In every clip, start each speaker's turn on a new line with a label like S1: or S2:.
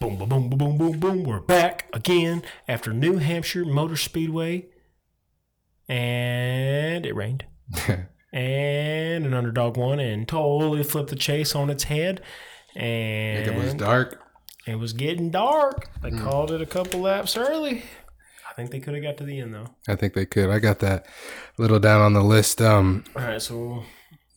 S1: Boom, boom, boom, boom, boom, boom, boom. We're back again after New Hampshire Motor Speedway. And it rained. and an underdog won and totally flipped the chase on its head. And
S2: it was dark.
S1: it was getting dark. They called it a couple laps early. I think they could have got to the end, though.
S2: I think they could. I got that little down on the list. Um,
S1: All right, so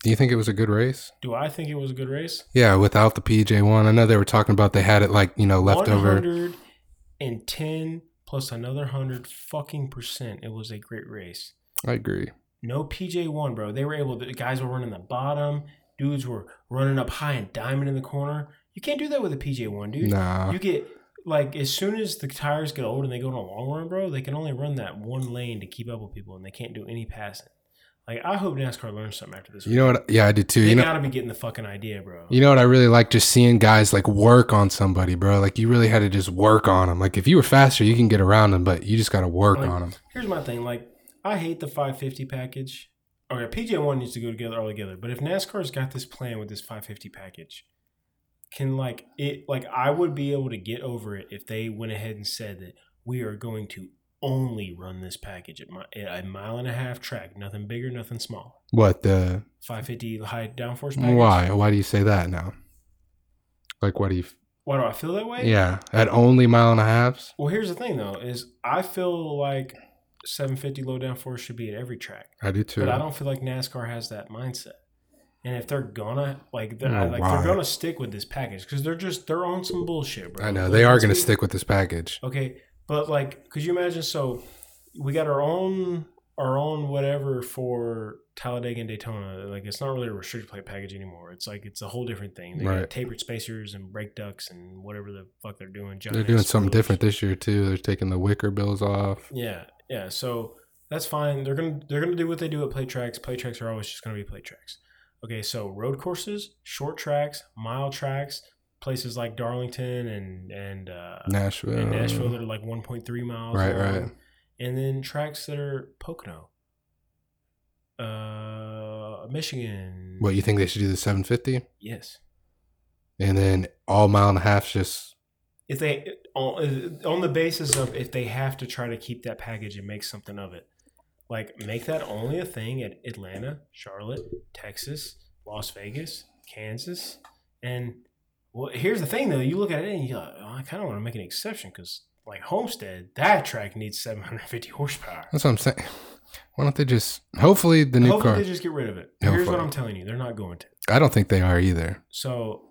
S2: do you think it was a good race?
S1: do I think it was a good race?
S2: Yeah, without the PJ one. I know they were talking about they had it like, you know, left over.
S1: 110 plus another 100 fucking percent. It was a great race.
S2: I agree.
S1: No PJ1, bro. They were able to, the guys were running the bottom. Dudes were running up high and diamond in the corner. You can't do that with a PJ1, dude.
S2: Nah.
S1: You get, like, as soon as the tires get old and they go on a long run, bro, they can only run that one lane to keep up with people and they can't do any passing. Like, I hope NASCAR learns something after this.
S2: You know what? Yeah, I did too.
S1: they
S2: You know,
S1: gotta be getting the fucking idea, bro.
S2: you know what I really like? Just seeing guys like work on somebody, bro. Like you really had to just work on them. Like if you were faster, you can get around them, but you just got to work
S1: Like,
S2: on them.
S1: Here's my thing. Like, I hate the 550 package. Or okay, PJ one needs to go together all together. But if NASCAR's got this plan with this 550 package, can like it like I would be able to get over it if they went ahead and said that we are going to only run this package at, my, at a mile and a half track, nothing bigger, nothing small.
S2: What the?
S1: 550 high downforce package.
S2: Why? Why do you say that now? Like what do you?
S1: Why do I feel that way?
S2: Yeah, at only mile and a halves.
S1: Well, here's the thing though: is I feel like 750 low downforce should be at every track.
S2: I do too.
S1: But I don't feel like NASCAR has that mindset. And if they're gonna like, they're,
S2: No,
S1: like
S2: why?
S1: they're gonna stick with this package because they're just they're on some bullshit, bro. oh
S2: I know
S1: Like,
S2: they are
S1: let's
S2: going to
S1: be-
S2: stick with this package.
S1: Okay, but like, could you imagine? So we got our own our own whatever for Talladega and Daytona. Like it's not really a restricted plate package anymore. It's like it's a whole different thing. They
S2: Right.
S1: got tapered spacers and brake ducts and whatever the fuck they're doing.
S2: They're
S1: giant
S2: doing
S1: ass
S2: something
S1: wheels.
S2: different this year too. They're taking the wicker bills off.
S1: Yeah, yeah. So that's fine. They're gonna they're gonna do what they do at play tracks. Play tracks are always just gonna be play tracks. Okay, so road courses, short tracks, mile tracks, places like Darlington and and, uh,
S2: Nashville.
S1: and Nashville that are like 1.3 miles.
S2: Right,
S1: long,
S2: right.
S1: And then tracks that are Pocono, uh, Michigan.
S2: What you think they should do the 750
S1: Yes.
S2: and then all mile and a half just
S1: If they on, on the basis of if they have to try to keep that package and make something of it, like make that only a thing at Atlanta, Charlotte, Texas, Las Vegas, Kansas, and well, here's the thing though. You look at it and you're like, oh, I kind of want to make an exception because like Homestead, that track needs 750 horsepower.
S2: that's what I'm saying. Why don't they just hopefully the new
S1: Hopefully
S2: car?
S1: they just get rid of it.
S2: No
S1: Here's what
S2: fun.
S1: I'm telling you, they're not going to.
S2: I don't think they are either.
S1: So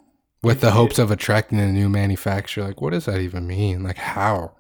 S2: With
S1: If
S2: the
S1: you
S2: hopes
S1: did-
S2: of attracting a new manufacturer, like what does that even mean? Like how?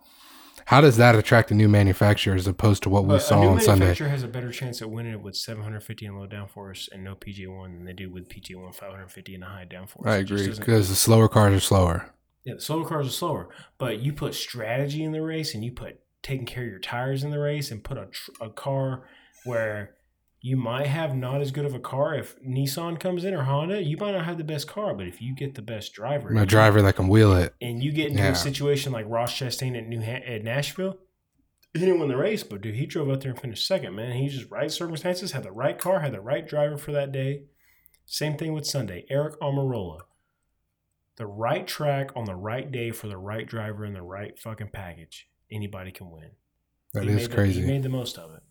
S2: How does that attract a new manufacturer as opposed to what we
S1: a-
S2: saw
S1: a new
S2: on Sunday?
S1: manufacturer has a better chance at winning it with 750 and low downforce and no PJ1 than they do with PJ1 550 and a high downforce.
S2: I
S1: It just
S2: agree
S1: doesn't-
S2: because the slower cars are slower.
S1: Yeah, the slower cars are slower, but you put strategy in the race and you put taking care of your tires in the race and put a, tr- a car where you might have not as good of a car if Nissan comes in or Honda, you might not have the best car, but if you get the best driver,
S2: A driver that can wheel it.
S1: and you get into
S2: Yeah.
S1: a situation like Ross Chastain at New ha- at Nashville. He didn't win the race, but dude, he drove out there and finished second. Man, he just right circumstances, had the right car, had the right driver for that day. Same thing with Sunday. Eric Almirola, the right track on the right day for the right driver and the right fucking package. Anybody can win.
S2: That
S1: He
S2: is
S1: made the-
S2: crazy.
S1: he made the most of it.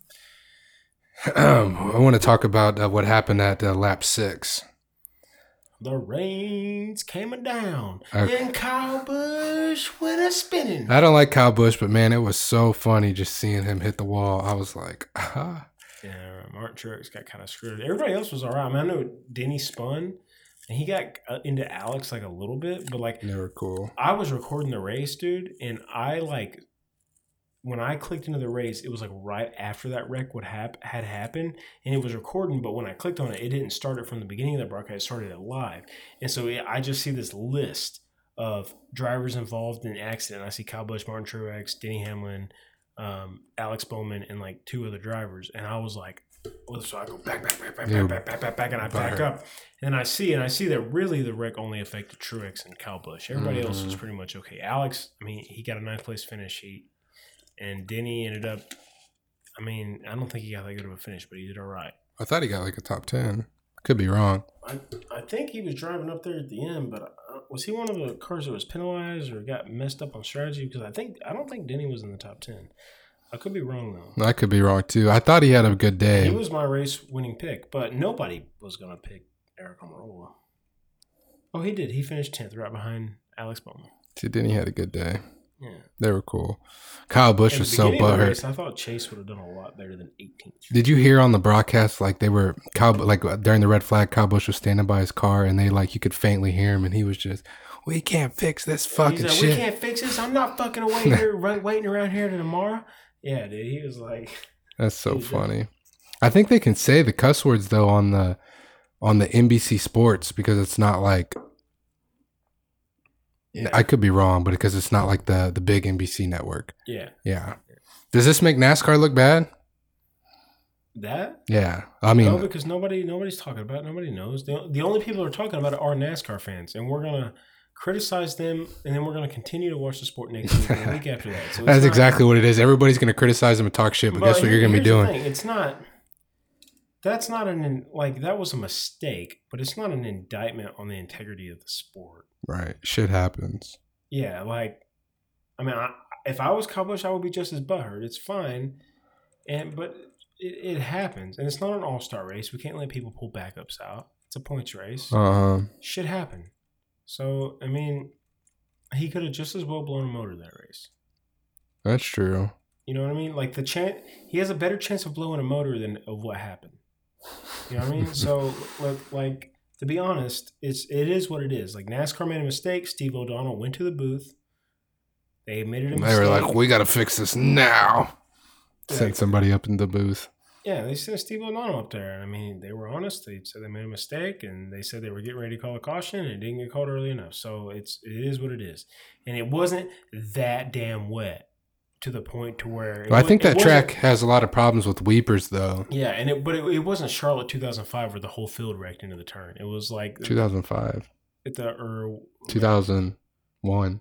S2: I want to talk about uh, what happened at uh, lap six.
S1: The rains came down,
S2: Okay.
S1: and Kyle Busch went a spinning.
S2: I don't like Kyle Bush, but man, it was so funny just seeing him hit the wall. I was like, ah.
S1: Yeah, Martin Truex got kind of screwed. Everybody else was all right. I, mean, I know Denny spun, and he got uh, into Alex like a little bit, but like
S2: never cool.
S1: I was recording the race, dude, and I like when I clicked into the race, it was like right after that wreck would hap- had happened, and it was recording. But when I clicked on it, it didn't start it from the beginning of the broadcast; it started it live. And so yeah, I just see this list of drivers involved in accident. I see Kyle Busch, Martin Truex, Denny Hamlin, um, Alex Bowman, and like two other drivers. And I was like, well, so I go back, back, back, back,
S2: Yeah.
S1: back, back, back, back, back, and I back
S2: Right.
S1: up. And I see, and I see that really the wreck only affected Truex and Kyle Busch. Everybody else was
S2: Mhm.
S1: pretty much okay. Alex, I mean, he got a ninth place finish. He and Denny ended up. I mean, I don't think he got that good of a finish, but he did all right.
S2: I thought he got like a top 10. Could be wrong.
S1: I I think he was driving up there at the end, but I, was he one of the cars that was penalized or got messed up on strategy? Because I think I don't think Denny was in the top ten. I could be wrong though.
S2: I could be wrong too. I thought he had a good
S1: He
S2: day.
S1: was my race winning pick, but nobody was gonna pick Eric Almirola. Oh, he did. He finished tenth, right behind Alex Bowman.
S2: Denny had a good day.
S1: Yeah,
S2: They were cool. Kyle Bush
S1: At
S2: was
S1: the
S2: so
S1: beginning of the
S2: butthurt.
S1: race, I thought Chase would have done a lot better than 18th.
S2: Did you hear on the broadcast like they were Kyle, like uh, during the red flag, Kyle Bush was standing by his car and they like you could faintly hear him and he was just, "We can't fix this
S1: He's
S2: fucking
S1: like, we
S2: shit."
S1: can't fix this. I'm not fucking away here, right, waiting around here to tomorrow. Yeah, dude. He was like,
S2: That's so
S1: Dude, that-
S2: funny. I think they can say the cuss words though on the on the NBC Sports because it's not like
S1: yeah,
S2: I could be wrong, but because it's not like the the big NBC network.
S1: yeah.
S2: Yeah. Does this make NASCAR look bad?
S1: That
S2: Yeah. I
S1: no,
S2: mean,
S1: because nobody, nobody's talking about. It. Nobody knows. The, the only people who are talking about it are NASCAR fans, and we're gonna criticize them, and then we're gonna continue to watch the sport next week and the week after that. So it's
S2: that's
S1: not-
S2: exactly what it is. Everybody's going to criticize him and talk shit, but,
S1: But
S2: guess what you're going to be
S1: here's the
S2: doing?
S1: thing, It's not. That's not an like that was a mistake, but it's not an indictment on the integrity of the sport.
S2: Right. Shit happens.
S1: Yeah, like, I mean, I, if I was Kyle Busch, I would be just as butthurt. It's fine, and but it, it happens, and it's not an all star race. We can't let people pull backups out. It's a points race.
S2: Uh,
S1: Shit happened. So I mean, he could have just as well blown a motor that race.
S2: that's true.
S1: You know what I mean? Like the chance, he has a better chance of blowing a motor than of what happened. You know what I mean? so, like, like to be honest, it's it is what it is. Like NASCAR made a mistake. Steve O'Donnell went to the booth. They admitted a
S2: They
S1: mistake.
S2: were like, we got to fix this now.
S1: Yeah.
S2: Sent somebody up in the booth.
S1: yeah, they sent Steve O'Donnell up there, and I mean, they were honest. They said they made a mistake, and they said they were getting ready to call a caution, and it didn't get called early enough. So it's it is what it is, and it wasn't that damn wet to the point to where it
S2: I
S1: wa-
S2: think
S1: it
S2: that
S1: wasn't-
S2: track has a lot of problems with weepers, though.
S1: Yeah, and it but it, it wasn't Charlotte 2005 where the whole field wrecked into the turn. It was like
S2: 2005,
S1: at the or
S2: 2001,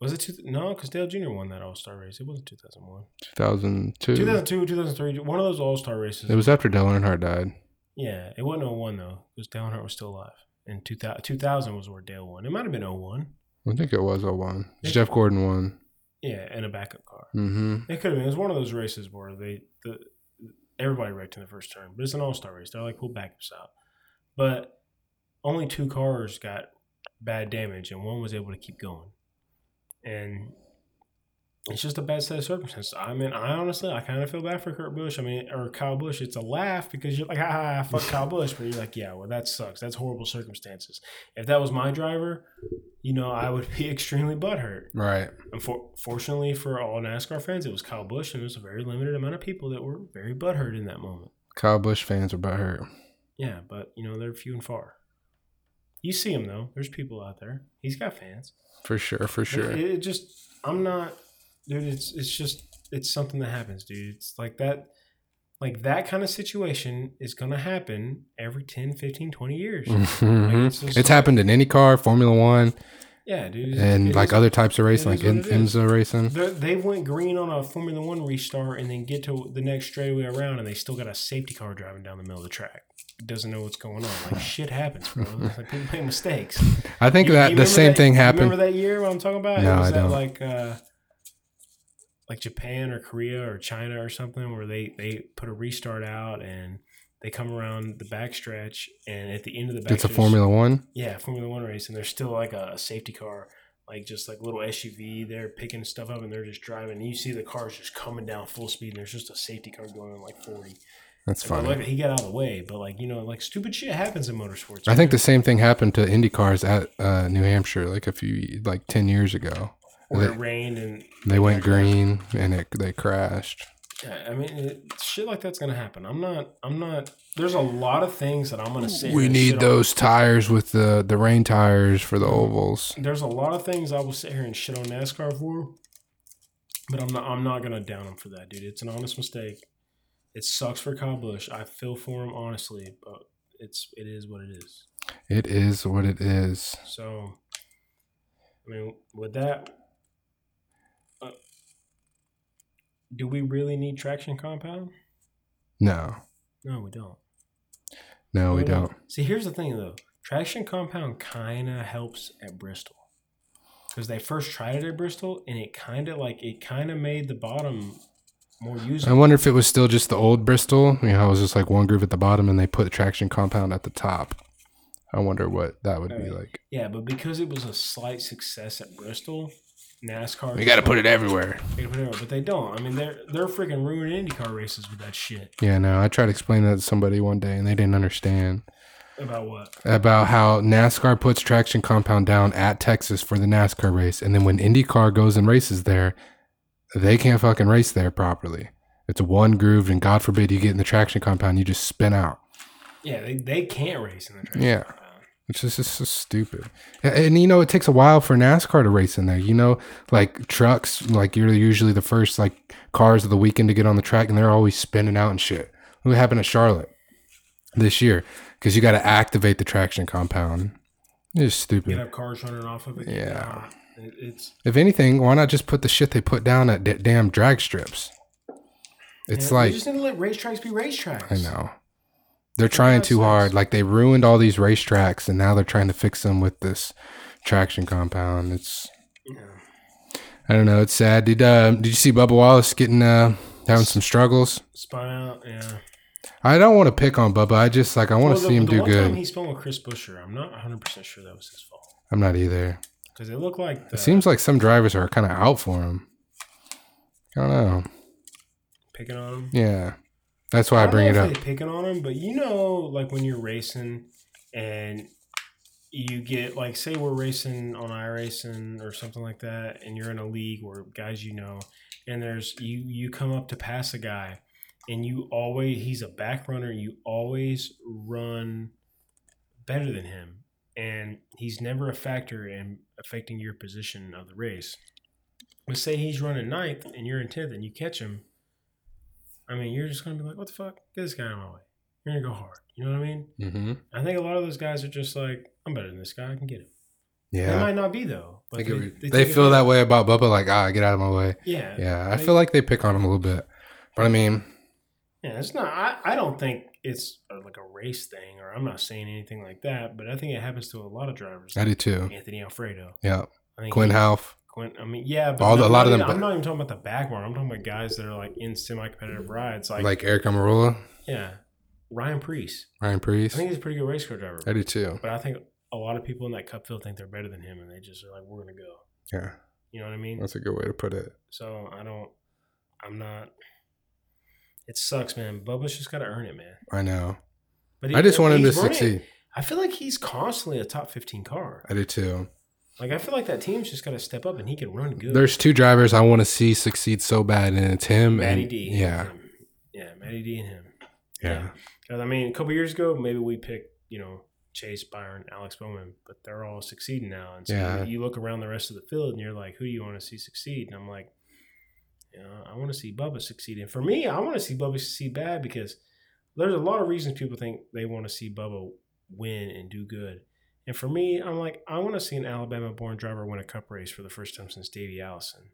S1: was it two, no because Dale Jr. won that All Star race. It wasn't 2001,
S2: 2002.
S1: 2002, 2003, one of those All Star races.
S2: It was after Dale Earnhardt died.
S1: yeah, it wasn't 01 though because Dale Earnhardt was still alive. And 2000, 2000 was where Dale won. It might have been 01.
S2: I think it was 01.
S1: Yeah.
S2: Jeff Gordon won.
S1: Yeah, in a backup car.
S2: hmm
S1: It could have been. It was one of those races where they the everybody wrecked in the first turn, but it's an all star race. They're like pull backups out, but only two cars got bad damage, and one was able to keep going. And it's just a bad set of circumstances. I mean, I honestly, I kind of feel bad for Kurt Busch. I mean, or Kyle Busch. It's a laugh because you're like, ah, fuck Kyle Busch, but you're like, yeah, well, that sucks. That's horrible circumstances. If that was my driver, you know, I would be extremely butthurt.
S2: Right.
S1: Unfor- fortunately for all NASCAR fans, it was Kyle Busch, and it was a very limited amount of people that were very butthurt in that moment.
S2: Kyle Bush fans are butthurt.
S1: Yeah, but you know they're few and far. You see him though. There's people out there. He's got fans.
S2: For sure. For sure.
S1: It, it just, I'm not, dude. It's it's just it's something that happens, dude. It's like that, like that kind of situation is gonna happen every 10, 15, 20 years.
S2: Mhm.
S1: Like, it's just-
S2: It's happened in any car, Formula One,
S1: Yeah, dude. it's-
S2: and
S1: it
S2: like
S1: is-
S2: other types of racing,
S1: it
S2: like
S1: is what
S2: in,
S1: it is.
S2: IMSA racing.
S1: They're, they went green on a Formula One restart and then get to the next straightaway around, and they still got a safety car driving down the middle of the track. Doesn't know what's going on. Like shit happens, bro. Like, people make mistakes.
S2: I think
S1: You-
S2: that
S1: you
S2: the
S1: remember
S2: same
S1: that-
S2: thing
S1: you
S2: happened.
S1: Remember that year? What I'm talking about?
S2: No,
S1: it was
S2: I
S1: at,
S2: don't.
S1: Like, uh, like Japan or Korea or China or something, where they they put a restart out and they come around the backstretch, and at the end of the backstretch,
S2: It's a Formula One.
S1: yeah, Formula One race, and there's still like a safety car, like just like little SUV. They're picking stuff up and they're just driving. And you see the cars just coming down full speed, and there's just a safety car going on like 40.
S2: That's
S1: And
S2: funny.
S1: like, he got out of the way, but like you know, like stupid shit happens in motorsports.
S2: I think
S1: man.
S2: the same thing happened to Indy cars at uh, New Hampshire, like a few, like ten years ago.
S1: Where it rained and
S2: They went green and it they crashed.
S1: yeah, uh, I mean, it, shit like that's gonna happen. I'm not. I'm not. There's a lot of things that I'm gonna say.
S2: We need those tires with the the rain tires for the ovals.
S1: there's a lot of things I will sit here and shit on NASCAR for, but I'm not. I'm not gonna down him for that, dude. It's an honest mistake. It sucks for Kyle Busch. I feel for him honestly, but it's it is what it is.
S2: It is what it is.
S1: So, I mean, with that, uh, do we really need traction compound?
S2: No,
S1: No, we don't.
S2: no, we
S1: Really?
S2: don't.
S1: See, here's the thing though. Traction compound kind of helps at Bristol because they first tried it at Bristol and it kind of like it kind of made the bottom more
S2: I
S1: usable.
S2: wonder if it was still just the old Bristol. You know, it was just like one groove at the bottom and they put the traction compound at the top. I wonder what that would be
S1: Alright.
S2: like.
S1: yeah, but because it was a slight success at Bristol, NASCAR
S2: We got to put it everywhere.
S1: They put it over, but they don't. I mean, they're they're freaking ruining IndyCar races with that shit
S2: Yeah, no, I tried to explain that to somebody one day and they didn't understand
S1: about what.
S2: about how NASCAR puts traction compound down at Texas for the NASCAR race. And then when IndyCar goes and races there, they can't fucking race there properly. It's one groove, and God forbid you get in the traction compound, you just spin out.
S1: Yeah, they, they can't race in the track.
S2: Yeah. It's just, it's just stupid. And, and, you know, it takes a while for NASCAR to race in there. You know, like trucks, like you're usually the first like cars of the weekend to get on the track and they're always spinning out and shit. What happened at Charlotte this year? Because you got to activate the traction compound. It's
S1: You
S2: stupid.
S1: have cars running off of it.
S2: Yeah.
S1: Nah, it- it's
S2: If anything, why not just put the shit they put down at d- damn drag strips? It's
S1: yeah,
S2: like
S1: we just need to let racetracks be racetracks.
S2: I know. They're trying
S1: that
S2: too
S1: sucks.
S2: hard. Like they ruined all these racetracks and now they're trying to fix them with this traction compound. It's
S1: Yeah.
S2: I don't know, it's sad. Did uh, did you see Bubba Wallace getting uh having some struggles?
S1: Spun out. Yeah.
S2: I don't want to pick on Bubba. I just like I want to
S1: Well, the-
S2: see him
S1: the
S2: do
S1: one
S2: good.
S1: Time he spun with Chris Busher. I'm not 100 percent sure that was his fault
S2: I'm not either.
S1: because it looked like the
S2: It seems like some drivers are kind of out for him. I don't know.
S1: picking on him.
S2: Yeah. That's why I
S1: don't
S2: bring it
S1: know
S2: up.
S1: if they picking on him, but you know, like when you're racing and you get like, say we're racing on iRacing or something like that, and you're in a league where guys you know, and there's you you come up to pass a guy, and you always he's a back runner. You always run better than him, and he's never a factor in affecting your position of the race. But say he's running ninth and you're in tenth, and you catch him. I mean, you're just gonna be like, "What the fuck? Get this guy out of my way." You're gonna go hard. You know what I mean?
S2: Mm-hmm.
S1: I think a lot of those guys are just like, "I'm better than this guy. I can get him." They
S2: Yeah.
S1: might not be though, but
S2: They,
S1: they,
S2: get-
S1: they
S2: they
S1: take
S2: feel
S1: it-
S2: that way about Bubba, like, ah, get out of my way.
S1: Yeah, yeah.
S2: Yeah. I
S1: They-
S2: feel like they pick on him a little bit. But I mean,
S1: It's not. I, I don't think it's uh, like a race thing, or I'm not saying anything like that. But I think it happens to a lot of drivers.
S2: I do too.
S1: Anthony Alfredo.
S2: Yeah.
S1: I think
S2: Quinn
S1: he-
S2: Half.
S1: Quinn. I mean, yeah, but
S2: All the- a
S1: I'm
S2: lot
S1: not
S2: of them-
S1: even- I'm not even talking about the back one. I'm talking about guys that are like in semi-competitive rides. Like,
S2: Like Eric Amarola,
S1: yeah, Ryan Priest.
S2: Ryan
S1: I
S2: Priest.
S1: think he's a pretty good race car driver.
S2: I do too.
S1: But I think a lot of people in that cup field think they're better than him, and they just are like, "We're gonna go."
S2: Yeah.
S1: You know what I mean?
S2: That's a good way to put it.
S1: So I don't. I'm not. It sucks, man. Bubba's just got to earn it, man.
S2: I know.
S1: But
S2: I just want him to
S1: he's running-
S2: succeed.
S1: I feel like he's constantly a top 15 car.
S2: I do too.
S1: Like I feel like that team's just got to step up, and he can run good.
S2: There's two drivers I want to see succeed so bad, and it's him
S1: Matty
S2: and
S1: D.
S2: yeah,
S1: yeah, Matty D and him.
S2: yeah,
S1: 'Cause, uh, I mean, a couple years ago, maybe we picked you know Chase, Byron, Alex Bowman, but they're all succeeding now. And so
S2: Yeah.
S1: you, you look around the rest of the field, and you're like, who do you want to see succeed? And I'm like, you know, I want to see Bubba succeed. And for me, I want to see Bubba succeed bad because there's a lot of reasons people think they want to see Bubba win and do good. And for me, I'm like, I want to see an Alabama-born driver win a cup race for the first time since Davey Allison.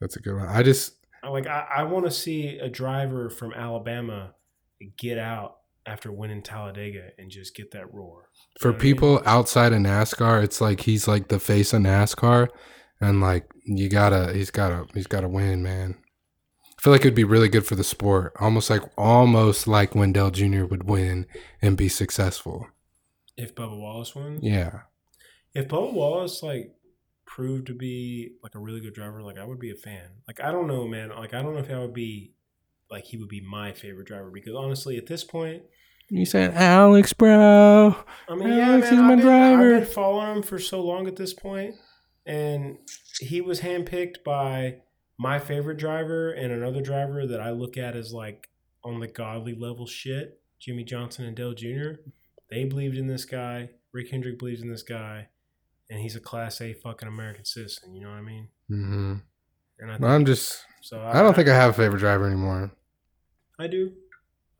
S2: That's a good one. I just
S1: I like I, I want to see a driver from Alabama get out after winning Talladega and just get that roar.
S2: for
S1: know what I mean?
S2: people outside of NASCAR, it's like he's like the face of NASCAR, and like you gotta, he's gotta, he's gotta win, man. I feel like it'd be really good for the sport, almost like almost like Wendell Jr. would win and be successful.
S1: If Bubba Wallace wins,
S2: Yeah,
S1: if Bubba Wallace like proved to be like a really good driver, like I would be a fan. Like I don't know, man. Like I don't know if I would be like he would be my favorite driver because honestly, at this point,
S2: you said Alex, bro.
S1: I mean,
S2: Yeah,
S1: yeah,
S2: Alex
S1: man,
S2: is my
S1: I've, been,
S2: driver.
S1: I've been following him for so long at this point, and he was handpicked by my favorite driver and another driver that I look at as like on the godly level shit, Jimmy Johnson and Dale Jr. They believed in this guy. Rick Hendrick believes in this guy, and he's a Class A fucking American citizen. You know what I mean?
S2: hmm
S1: And I think,
S2: I'm just,
S1: so
S2: I don't think I have a favorite driver anymore.
S1: I do.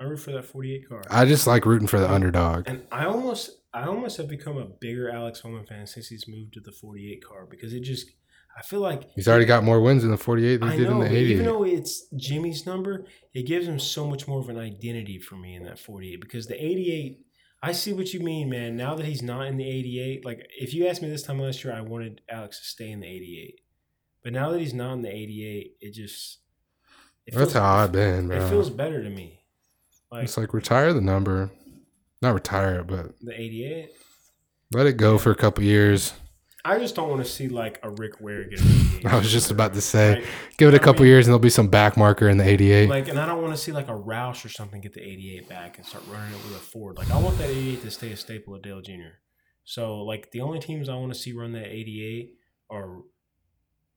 S1: I root for that forty-eight car.
S2: I just like rooting for the underdog.
S1: And I almost, I almost have become a bigger Alex Holman fan since he's moved to the 48 car because it just, I feel like
S2: He's already got more wins in the 48 than he
S1: I
S2: did
S1: know,
S2: in
S1: but
S2: the 88.
S1: even though it's Jimmy's number, it gives him so much more of an identity for me in that 48 because the 88, I see what you mean, man. Now that he's not in the 88, like if you asked me this time last year, I wanted Alex to stay in the 88. But now that he's not in the 88, it just it
S2: That's
S1: feels-
S2: how I've been, bro.
S1: It feels better to me. Like
S2: it's like retire the number, not retire it, but
S1: the 88.
S2: let it go for a couple years.
S1: I just don't want to see like a Rick Ware get. an 88.
S2: I was just about to say,
S1: Like,
S2: give it a
S1: I
S2: couple
S1: mean-
S2: years and there'll be some back marker in the 88.
S1: Like, and I don't want to see like a Roush or something get the 88 back and start running it with a Ford. Like, I want that 88 to stay a staple of Dale Jr. So, like, the only teams I want to see run that 88 are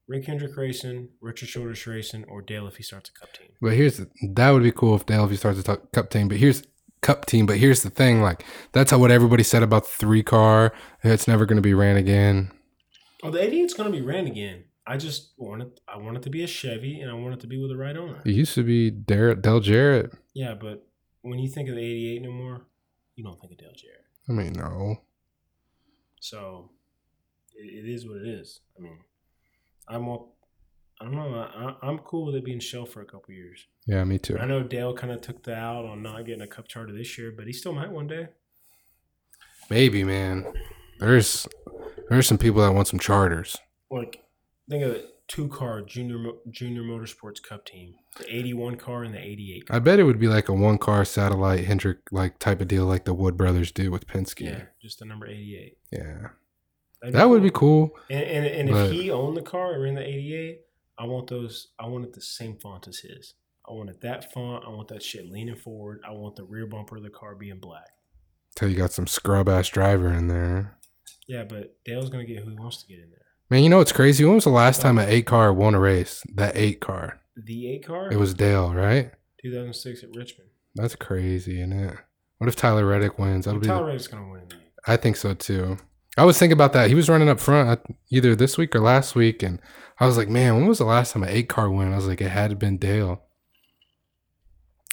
S1: Rick Hendrick Racing, Richard Shorters Racing, or Dale if he starts a cup team.
S2: But here's the, that would be cool if Dale if he starts a t- cup team. But here's cup team. But here's the thing, like that's how what everybody said about the three car. It's never going to be ran again.
S1: Oh, the 88's going to be ran again. I just want it. I want it to be a Chevy, and I want it to be with the right owner.
S2: It used to be Dar- Del Jarrett.
S1: Yeah, but when you think of the 88 no more, you don't think of Dale Jarrett.
S2: I mean, no,
S1: So it, it is what it is. I mean, I'm all, I don't know. I, I- I'm cool with it being shelved for a couple years.
S2: yeah, me too.
S1: I know Dale kind of took the out on not getting a cup charter this year, but he still might one day.
S2: Maybe, man. There's there's some people that want some charters.
S1: Like, think of it: two car junior mo- junior motorsports cup team, the '81 car and the '88. car.
S2: I bet it would be like a one car satellite Hendrick like type of deal, like the Wood Brothers do with Penske.
S1: Yeah, just the number 88.
S2: yeah.
S1: That'd
S2: that would be cool.
S1: And and, and
S2: But-
S1: if he owned the car or in the '88, I want those. I wanted the same font as his. I wanted that font. I want that shit leaning forward. I want the rear bumper of the car being black.
S2: Till you got some scrub ass driver in there.
S1: Yeah, but Dale's gonna get who he wants to get in there.
S2: Man, you know what's crazy? When was the last time an eight car won a race? That eight car.
S1: The A car,
S2: It was Dale, right?
S1: 2006 at Richmond.
S2: That's crazy, isn't it? What if Tyler Reddick wins? That'll be.
S1: Tyler Reddick's gonna win in that.
S2: I think so too. I was thinking about that. He was running up front uh, either this week or last week, and I was like, "Man, when was the last time an eight car win?" I was like, "It had to been Dale."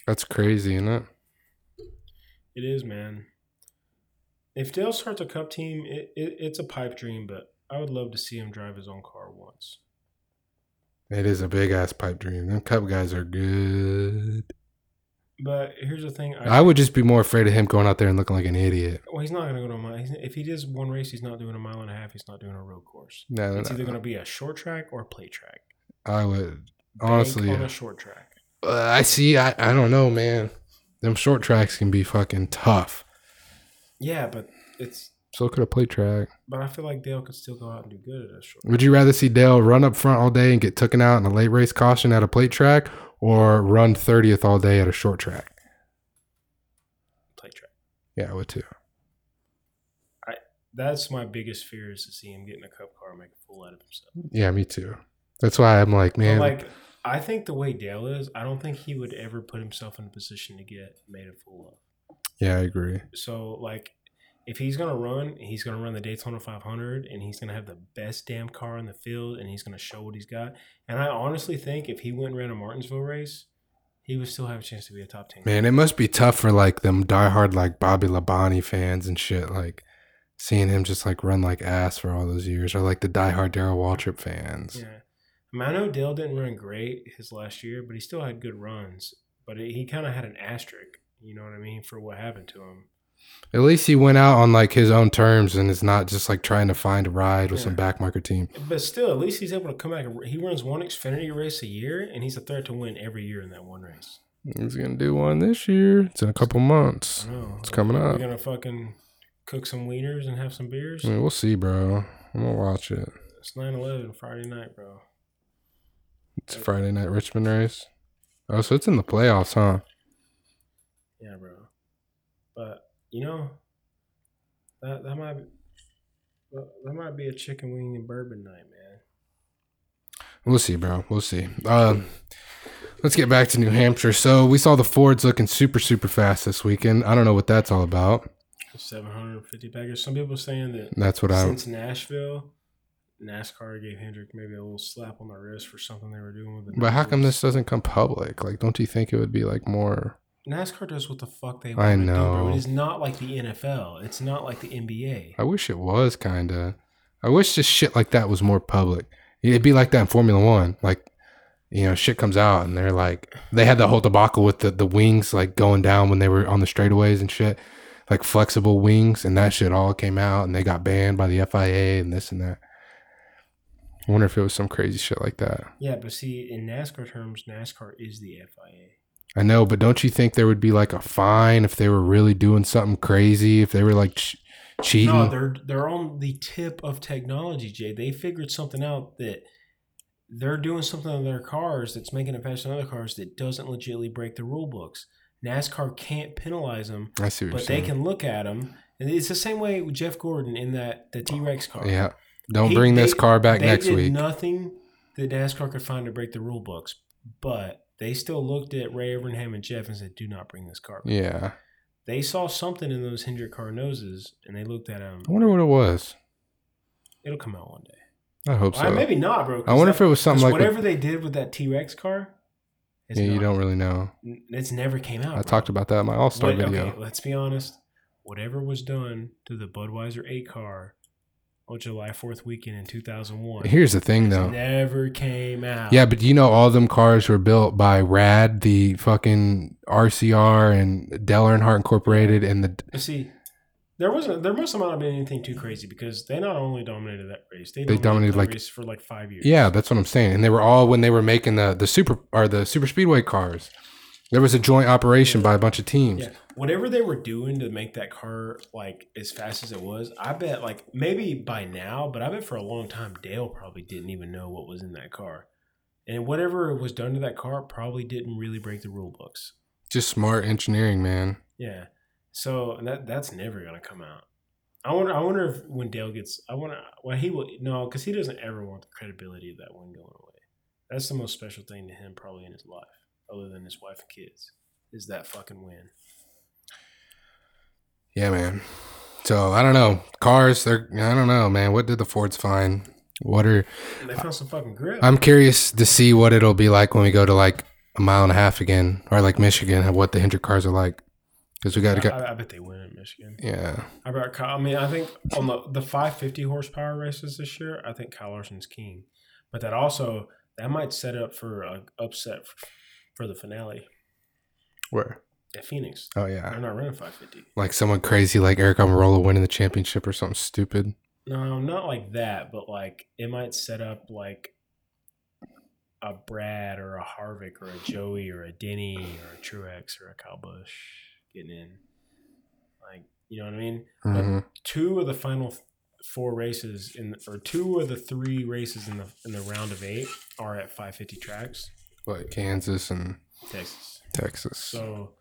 S2: That's crazy, isn't it?
S1: It is, man. If Dale starts a Cup team, it, it, it's a pipe dream, but I would love to see him drive his own car once.
S2: It is a big ass pipe dream. Them cup guys are good.
S1: But here's the thing: I,
S2: I would just be more afraid of him going out there and looking like an idiot.
S1: well, he's not gonna go to a mile. He's, if he does one race, he's not doing a mile and a half. He's not doing a road course.
S2: No, no,
S1: It's either
S2: no.
S1: gonna be a short track or a play track.
S2: I would
S1: Bank
S2: honestly.
S1: on
S2: yeah.
S1: a short track.
S2: Uh, I see. I, I don't know, man. Them short tracks can be fucking tough.
S1: Yeah, but it's.
S2: So could a play track.
S1: But I feel like Dale could still go out and do good at a short.
S2: Would you rather see Dale run up front all day and get taken out in a late race caution at a plate track or run 30th all day at a short track?
S1: play track.
S2: Yeah, I would too.
S1: That's my biggest fear is to see him get in a cup car and make a fool out of himself.
S2: Yeah, me too. That's why I'm like, man,
S1: But like I think the way Dale is, I don't think he would ever put himself in a position to get made a fool
S2: yeah, I agree.
S1: of. So like if he's gonna run, he's gonna run the Daytona 500, and he's gonna have the best damn car in the field, and he's gonna show what he's got. And I honestly think if he went and ran a Martinsville race, he would still have a chance to be a top ten.
S2: Man, it must be tough for like them diehard like Bobby Labonte fans and shit, like seeing him just like run like ass for all those years or like the diehard Daryl Waltrip fans.
S1: Yeah. I mean, I know Dale didn't run great his last year, but he still had good runs. But he kind of had an asterisk, you know what I mean, for what happened to him.
S2: At least he went out on like his own terms and is not just like trying to find a ride with some
S1: Yeah.
S2: backmarker team.
S1: But still, at least he's able to come back. and- He runs one Xfinity race a year, and he's a threat to win every year in that one race.
S2: He's gonna do one this year. It's in a couple months.
S1: I know.
S2: It's coming
S1: We're
S2: up. Mm.
S1: gonna fucking cook some wieners and have some beers.
S2: I mean, we'll see, bro. I'm gonna watch it.
S1: It's 9-11 Friday night, bro.
S2: It's a Friday night Richmond race. Oh, so it's in the playoffs, huh?
S1: Yeah, bro. But you know, that that might be, that that might be a chicken wing and bourbon night, man.
S2: We'll see, bro. We'll see. Um, let's get back to New Hampshire. So we saw the Fords looking super, super fast this weekend. I don't know what that's all about.
S1: Seven hundred and fifty baggers. Some people saying that
S2: That's what I.
S1: since Nashville, NASCAR gave Hendrick maybe a little slap on the wrist for something they were doing with the
S2: But how come
S1: numbers.
S2: this doesn't come public? Like, don't you think it would be like more?
S1: NASCAR does what the fuck they want
S2: I
S1: to do, bro.
S2: know.
S1: It is not like the NFL. It's not like the NBA.
S2: I wish it was kind of. I wish just shit like that was more public. It'd be like that in Formula One. Like, you know, shit comes out and they're like, they had the whole debacle with the, the wings like going down when they were on the straightaways and shit. like flexible wings, and that shit all came out, and they got banned by the FIA and this and that. I wonder if it was some crazy shit like that.
S1: Yeah, but see, in NASCAR terms, NASCAR is the FIA.
S2: I know, but don't you think there would be like a fine if they were really doing something crazy? If they were like ch- cheating?
S1: No, they're they're on the tip of technology, Jay. They figured something out that they're doing something on their cars that's making it past other cars that doesn't legitimately break the rule books. NASCAR can't penalize them,
S2: I see what
S1: but they
S2: you're saying.
S1: can look at them. And it's the same way with Jeff Gordon in that the T Rex car.
S2: yeah. Don't
S1: He-
S2: bring this
S1: they-
S2: car back
S1: they
S2: next
S1: did
S2: week.
S1: Nothing that NASCAR could find to break the rule books, but they still looked at Ray Evernham and Jeff and said, "Do not bring this car." back."
S2: yeah.
S1: They saw something in those Hendrick car noses, and they looked at them.
S2: I wonder what it was.
S1: It'll come out one day.
S2: I hope so.
S1: Uh, maybe not, bro. 'cause
S2: I wonder
S1: that-
S2: if it was something
S1: 'cause
S2: like
S1: whatever they did with that T Rex car.
S2: yeah, you don't really know.
S1: don't. It's never came out.
S2: I talked about that in my All Star video.
S1: Oh, Okay, let's be honest. Whatever was done to the Budweiser A car on July Fourth weekend in two thousand one,
S2: Here's the thing, though.
S1: never came out.
S2: Yeah, but you know all them cars were built by Rad, the fucking RCR and Dell Earnhardt Incorporated, and the
S1: But see, there wasn't. There must have not been anything too crazy because they not only dominated that race, they,
S2: They dominated,
S1: dominated the
S2: like-
S1: race for like five years.
S2: yeah, that's what I'm saying. And they were all when they were making the the super or the super speedway cars. There was a joint operation by a bunch of teams.
S1: Yeah. Whatever they were doing to make that car like as fast as it was, I bet like maybe by now, but I bet for a long time Dale probably didn't even know what was in that car. And whatever was done to that car probably didn't really break the rule books.
S2: Just smart engineering, man.
S1: Yeah. So that that's never gonna come out. I wonder I wonder if when Dale gets I wonder well he will no, because he doesn't ever want the credibility of that one going away. That's the most special thing to him probably in his life, other than his wife and kids, is that fucking win.
S2: Yeah, man. So I don't know. Cars, they're I don't know, man. What did the Fords find? What are
S1: They found some fucking grip.
S2: I'm curious to see what it'll be like when we go to like a mile and a half again, or like Michigan, and what the Hendrick cars are like. Because we got to
S1: I,
S2: go.
S1: I, I bet they win in Michigan.
S2: Yeah.
S1: I bet. Ky- I mean, I think on the the 550 horsepower races this year, I think Kyle Larson's king. But that also that might set up for a upset for, for the finale
S2: Where?
S1: at Phoenix.
S2: Oh
S1: They're
S2: yeah.
S1: not running 550.
S2: Like someone crazy like Eric Almirola winning the championship or something stupid.
S1: No, not like that. But like it might set up like a Brad or a Harvick or a Joey or a Denny or a Truex or a Kyle Busch getting in. Like you know what I mean?
S2: Mhm.
S1: two of the final th- four races in or two of the three races in the in the round of eight are at 550 tracks
S2: Like Kansas and
S1: texas
S2: Texas.
S1: so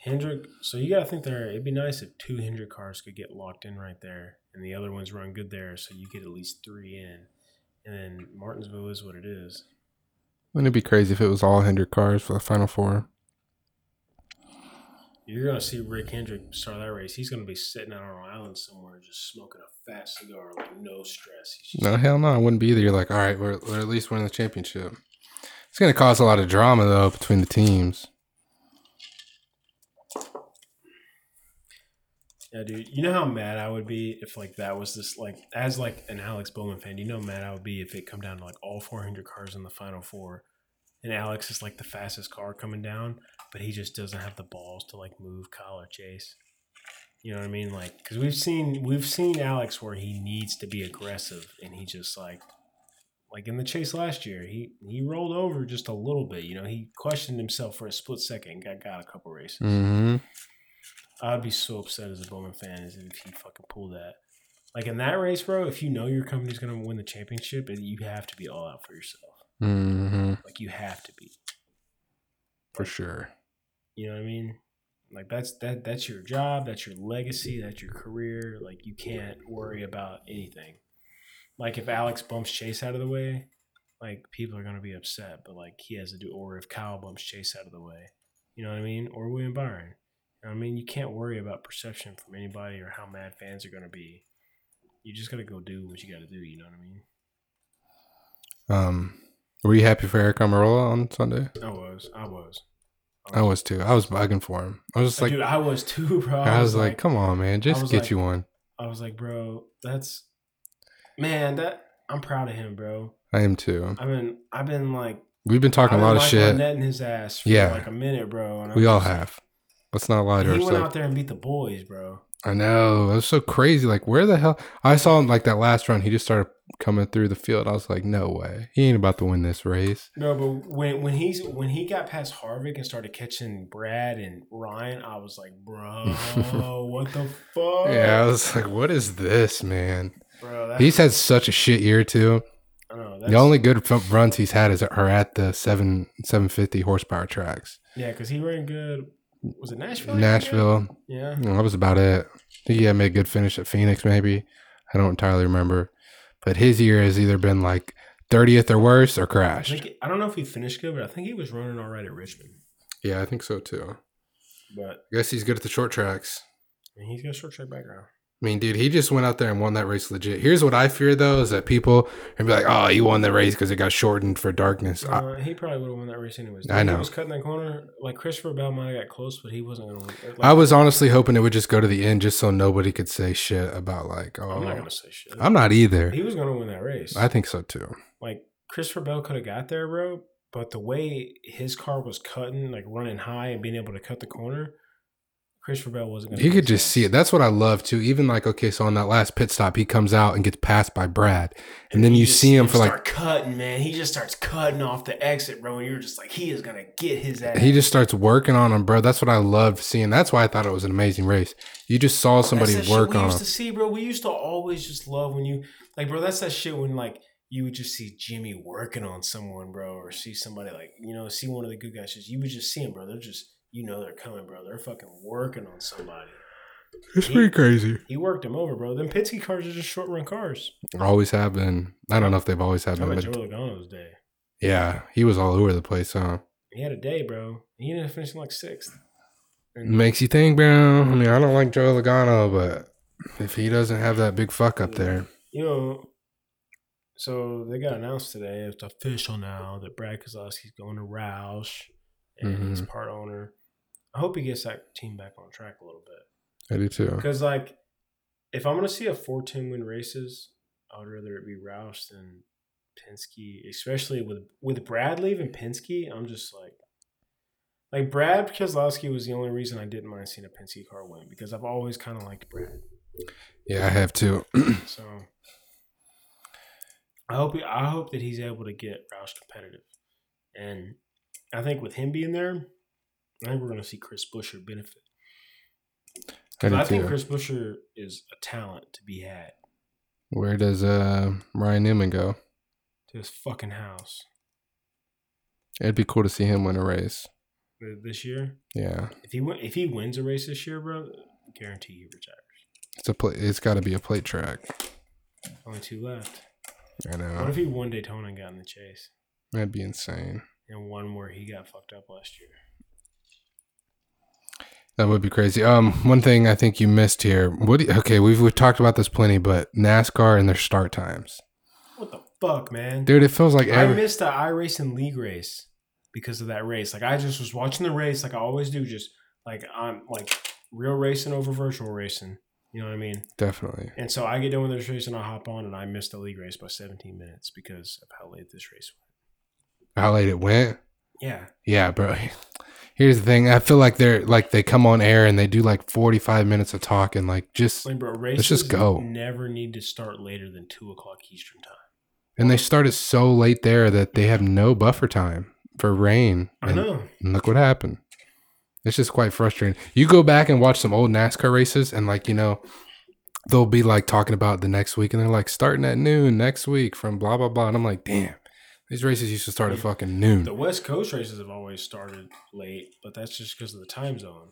S1: hendrick so you gotta think there it'd be nice if two hendrick cars could get locked in right there and the other ones run good there so you get at least three in and then martinsville is what it is
S2: Wouldn't it be crazy if it was all Hendrick cars for the final four?
S1: you're gonna see rick hendrick start that race he's gonna be sitting out on an island somewhere just smoking a fat cigar like no stress He's just-
S2: No, hell no. I wouldn't be there. You're like, all right, we're, we're at least winning the championship. It's going to cause a lot of drama, though, between the teams.
S1: Yeah, dude. You know how mad I would be if like that was this like as like an Alex Bowman fan. You know how mad I would be if it come down to like all 400 cars in the final four, and Alex is like the fastest car coming down, but he just doesn't have the balls to like move Kyle or Chase. You know what I mean? Like because we've seen we've seen Alex where he needs to be aggressive, and he just like like in the chase last year, he he rolled over just a little bit. You know, he questioned himself for a split second, got got a couple races.
S2: hmm
S1: I'd be so upset as a Bowman fan is if he fucking pulled that. Like in that race, bro, if you know your company's gonna win the championship, it- you have to be all out for yourself.
S2: hmm
S1: Like you have to be.
S2: For sure.
S1: You know what I mean? Like that's that that's your job, that's your legacy, that's your career. Like you can't worry about anything. Like if Alex bumps Chase out of the way, like people are gonna be upset, but like he has to do or if Kyle bumps Chase out of the way. You know what I mean? Or William Byron. You know what I mean, you can't worry about perception from anybody or how mad fans are gonna be. You just gotta go do what you gotta do, you know what I mean?
S2: Um, were you happy for Eric Amarola on Sunday?
S1: I was. I was.
S2: I was too. I was bugging for him. I was just like,
S1: Dude, I was too, bro.
S2: I was like, come on, man, just
S1: was
S2: get
S1: like-
S2: you one.
S1: I was like, bro, that's man, that I'm proud of him, bro.
S2: I am too.
S1: I mean, I've been like
S2: We've been talking
S1: I've
S2: a lot
S1: been
S2: of
S1: like
S2: shit.
S1: Netting his ass for
S2: Yeah.
S1: like a minute, bro. And I'm
S2: We all
S1: just-
S2: have. Let's not lie to
S1: He
S2: ourselves.
S1: went out there and beat the boys, bro.
S2: I know. It was so crazy. Like, where the hell? I saw him like that last round. He just started coming through the field. I was like, no way. He ain't about to win this race.
S1: No, but when when he's when he got past Harvick and started catching Brad and Ryan, I was like, bro, what the fuck?
S2: Yeah, I was like, what is this, man?
S1: bro. That's,
S2: He's had such a shit year too.
S1: I don't know,
S2: the
S1: that's-
S2: only good f- runs he's had is are at the seven seven fifty horsepower tracks.
S1: yeah, because he ran good. Was it Nashville? he ran good?
S2: Nashville.
S1: Yeah.
S2: you know, that was about it. I think he had made a good finish at Phoenix, maybe. I don't entirely remember. But his year has either been like thirtieth or worse or
S1: I
S2: crashed.
S1: think I don't know if he finished good, but I think he was running all right at Richmond.
S2: Yeah, I think so too.
S1: But
S2: I guess he's good at the short tracks.
S1: I mean, he's got a short track background.
S2: I mean, dude, he just went out there and won that race legit. Here's what I fear though is that people are gonna be like, "Oh, he won the race because it got shortened for darkness." I-
S1: Uh, he probably would have won that race anyways.
S2: I know.
S1: He was cutting that corner. Like Christopher Bell might have got close, but he wasn't going to. Like,
S2: I was honestly hoping it would just go to the end, just so nobody could say shit about like, "Oh,
S1: I'm not going to say shit.
S2: either."
S1: he was going to win that race.
S2: I think so too.
S1: like Christopher Bell could have got there, bro. But the way his car was cutting, like running high and being able to cut the corner, Christopher Bell wasn't going.
S2: You could just see it. That's what I love too. Even like, okay, so on that last pit stop, he comes out and gets passed by Brad, and then you see him for like,
S1: start cutting, man. He just starts cutting off the exit, bro. And you're just like, he is going to get his ass.
S2: he just starts working on him, bro. That's what I love seeing. That's why I thought it was an amazing race. You just saw somebody
S1: That's that
S2: work
S1: shit we
S2: on
S1: used
S2: him.
S1: to see, bro. We used to always just love when you like, bro. That's that shit when like you would just see Jimmy working on someone, bro, or see somebody like you know see one of the good guys. Just you would just see him, bro. They're just you know they're coming, bro. They're fucking working on somebody.
S2: It's pretty crazy.
S1: He worked him over, bro. Them Penske cars are just short run cars.
S2: Always have been. I don't know if they've always have
S1: How
S2: been,
S1: about
S2: but
S1: Joe Logano's day?
S2: yeah, he was all over the place. Huh?
S1: He had a day, bro. He ended up finishing like sixth. And
S2: Makes you think, bro. I mean, I don't like Joe Logano, but if he doesn't have that big fuck up there,
S1: you know, so they got announced today. It's official now that Brad Keselowski's going to Roush and
S2: Mm-hmm.
S1: he's part owner. I hope he gets that team back on track a little bit
S2: I do too.
S1: because, like, if I'm gonna see a 14 win races, I would rather it be Roush than Penske, especially with with Brad leaving Penske. I'm just like. Like Brad Keselowski was the only reason I didn't mind seeing a Penske car win because I've always kind of liked Brad.
S2: Yeah, I have too.
S1: So I hope he, I hope that he's able to get Roush competitive, and I think with him being there, I think we're going to see Chris Busher benefit.
S2: I
S1: 'Cause
S2: do
S1: I,
S2: too.
S1: think Chris Busher is a talent to be had
S2: Where does uh Ryan Newman go?
S1: to his fucking house
S2: It'd be cool to see him win a race.
S1: Th- this year.
S2: Yeah,
S1: If he win, if he wins a race this year, bro, guarantee he retires.
S2: it's a play. It's got to be a plate track.
S1: Only two left.
S2: I
S1: What
S2: know
S1: if he won Daytona and got in the chase,
S2: that'd be insane.
S1: and one where he got fucked up last year?
S2: That would be crazy. Um, one thing I think you missed here. What? Do you- okay, we've we've talked about this plenty, but NASCAR and their start times,
S1: What the fuck, man?
S2: dude. It feels like
S1: I
S2: every.
S1: missed the iRacing league race because of that race. Like I just was watching the race, like I always do, just like I'm like real racing over virtual racing. You know what I mean?
S2: Definitely.
S1: And so I get done with this race and I hop on and I missed the league race by 17 minutes because of how late this race
S2: How late it went.
S1: went. Yeah.
S2: Yeah, bro. Here's the thing. I feel like they're like they come on air and they do like 45 minutes of talk and like just
S1: Like, bro, races
S2: just go.
S1: never need to start later than two o'clock Eastern time.
S2: and they started so late there that they have no buffer time for rain.
S1: I
S2: And-
S1: know.
S2: And look what happened. It's just quite frustrating. You go back and watch some old NASCAR races, and like you know, they'll be like talking about the next week, and they're like starting at noon next week from blah blah blah. And I'm like, damn, these races used to start at fucking noon.
S1: The West Coast races have always started late, but that's just because of the time zone.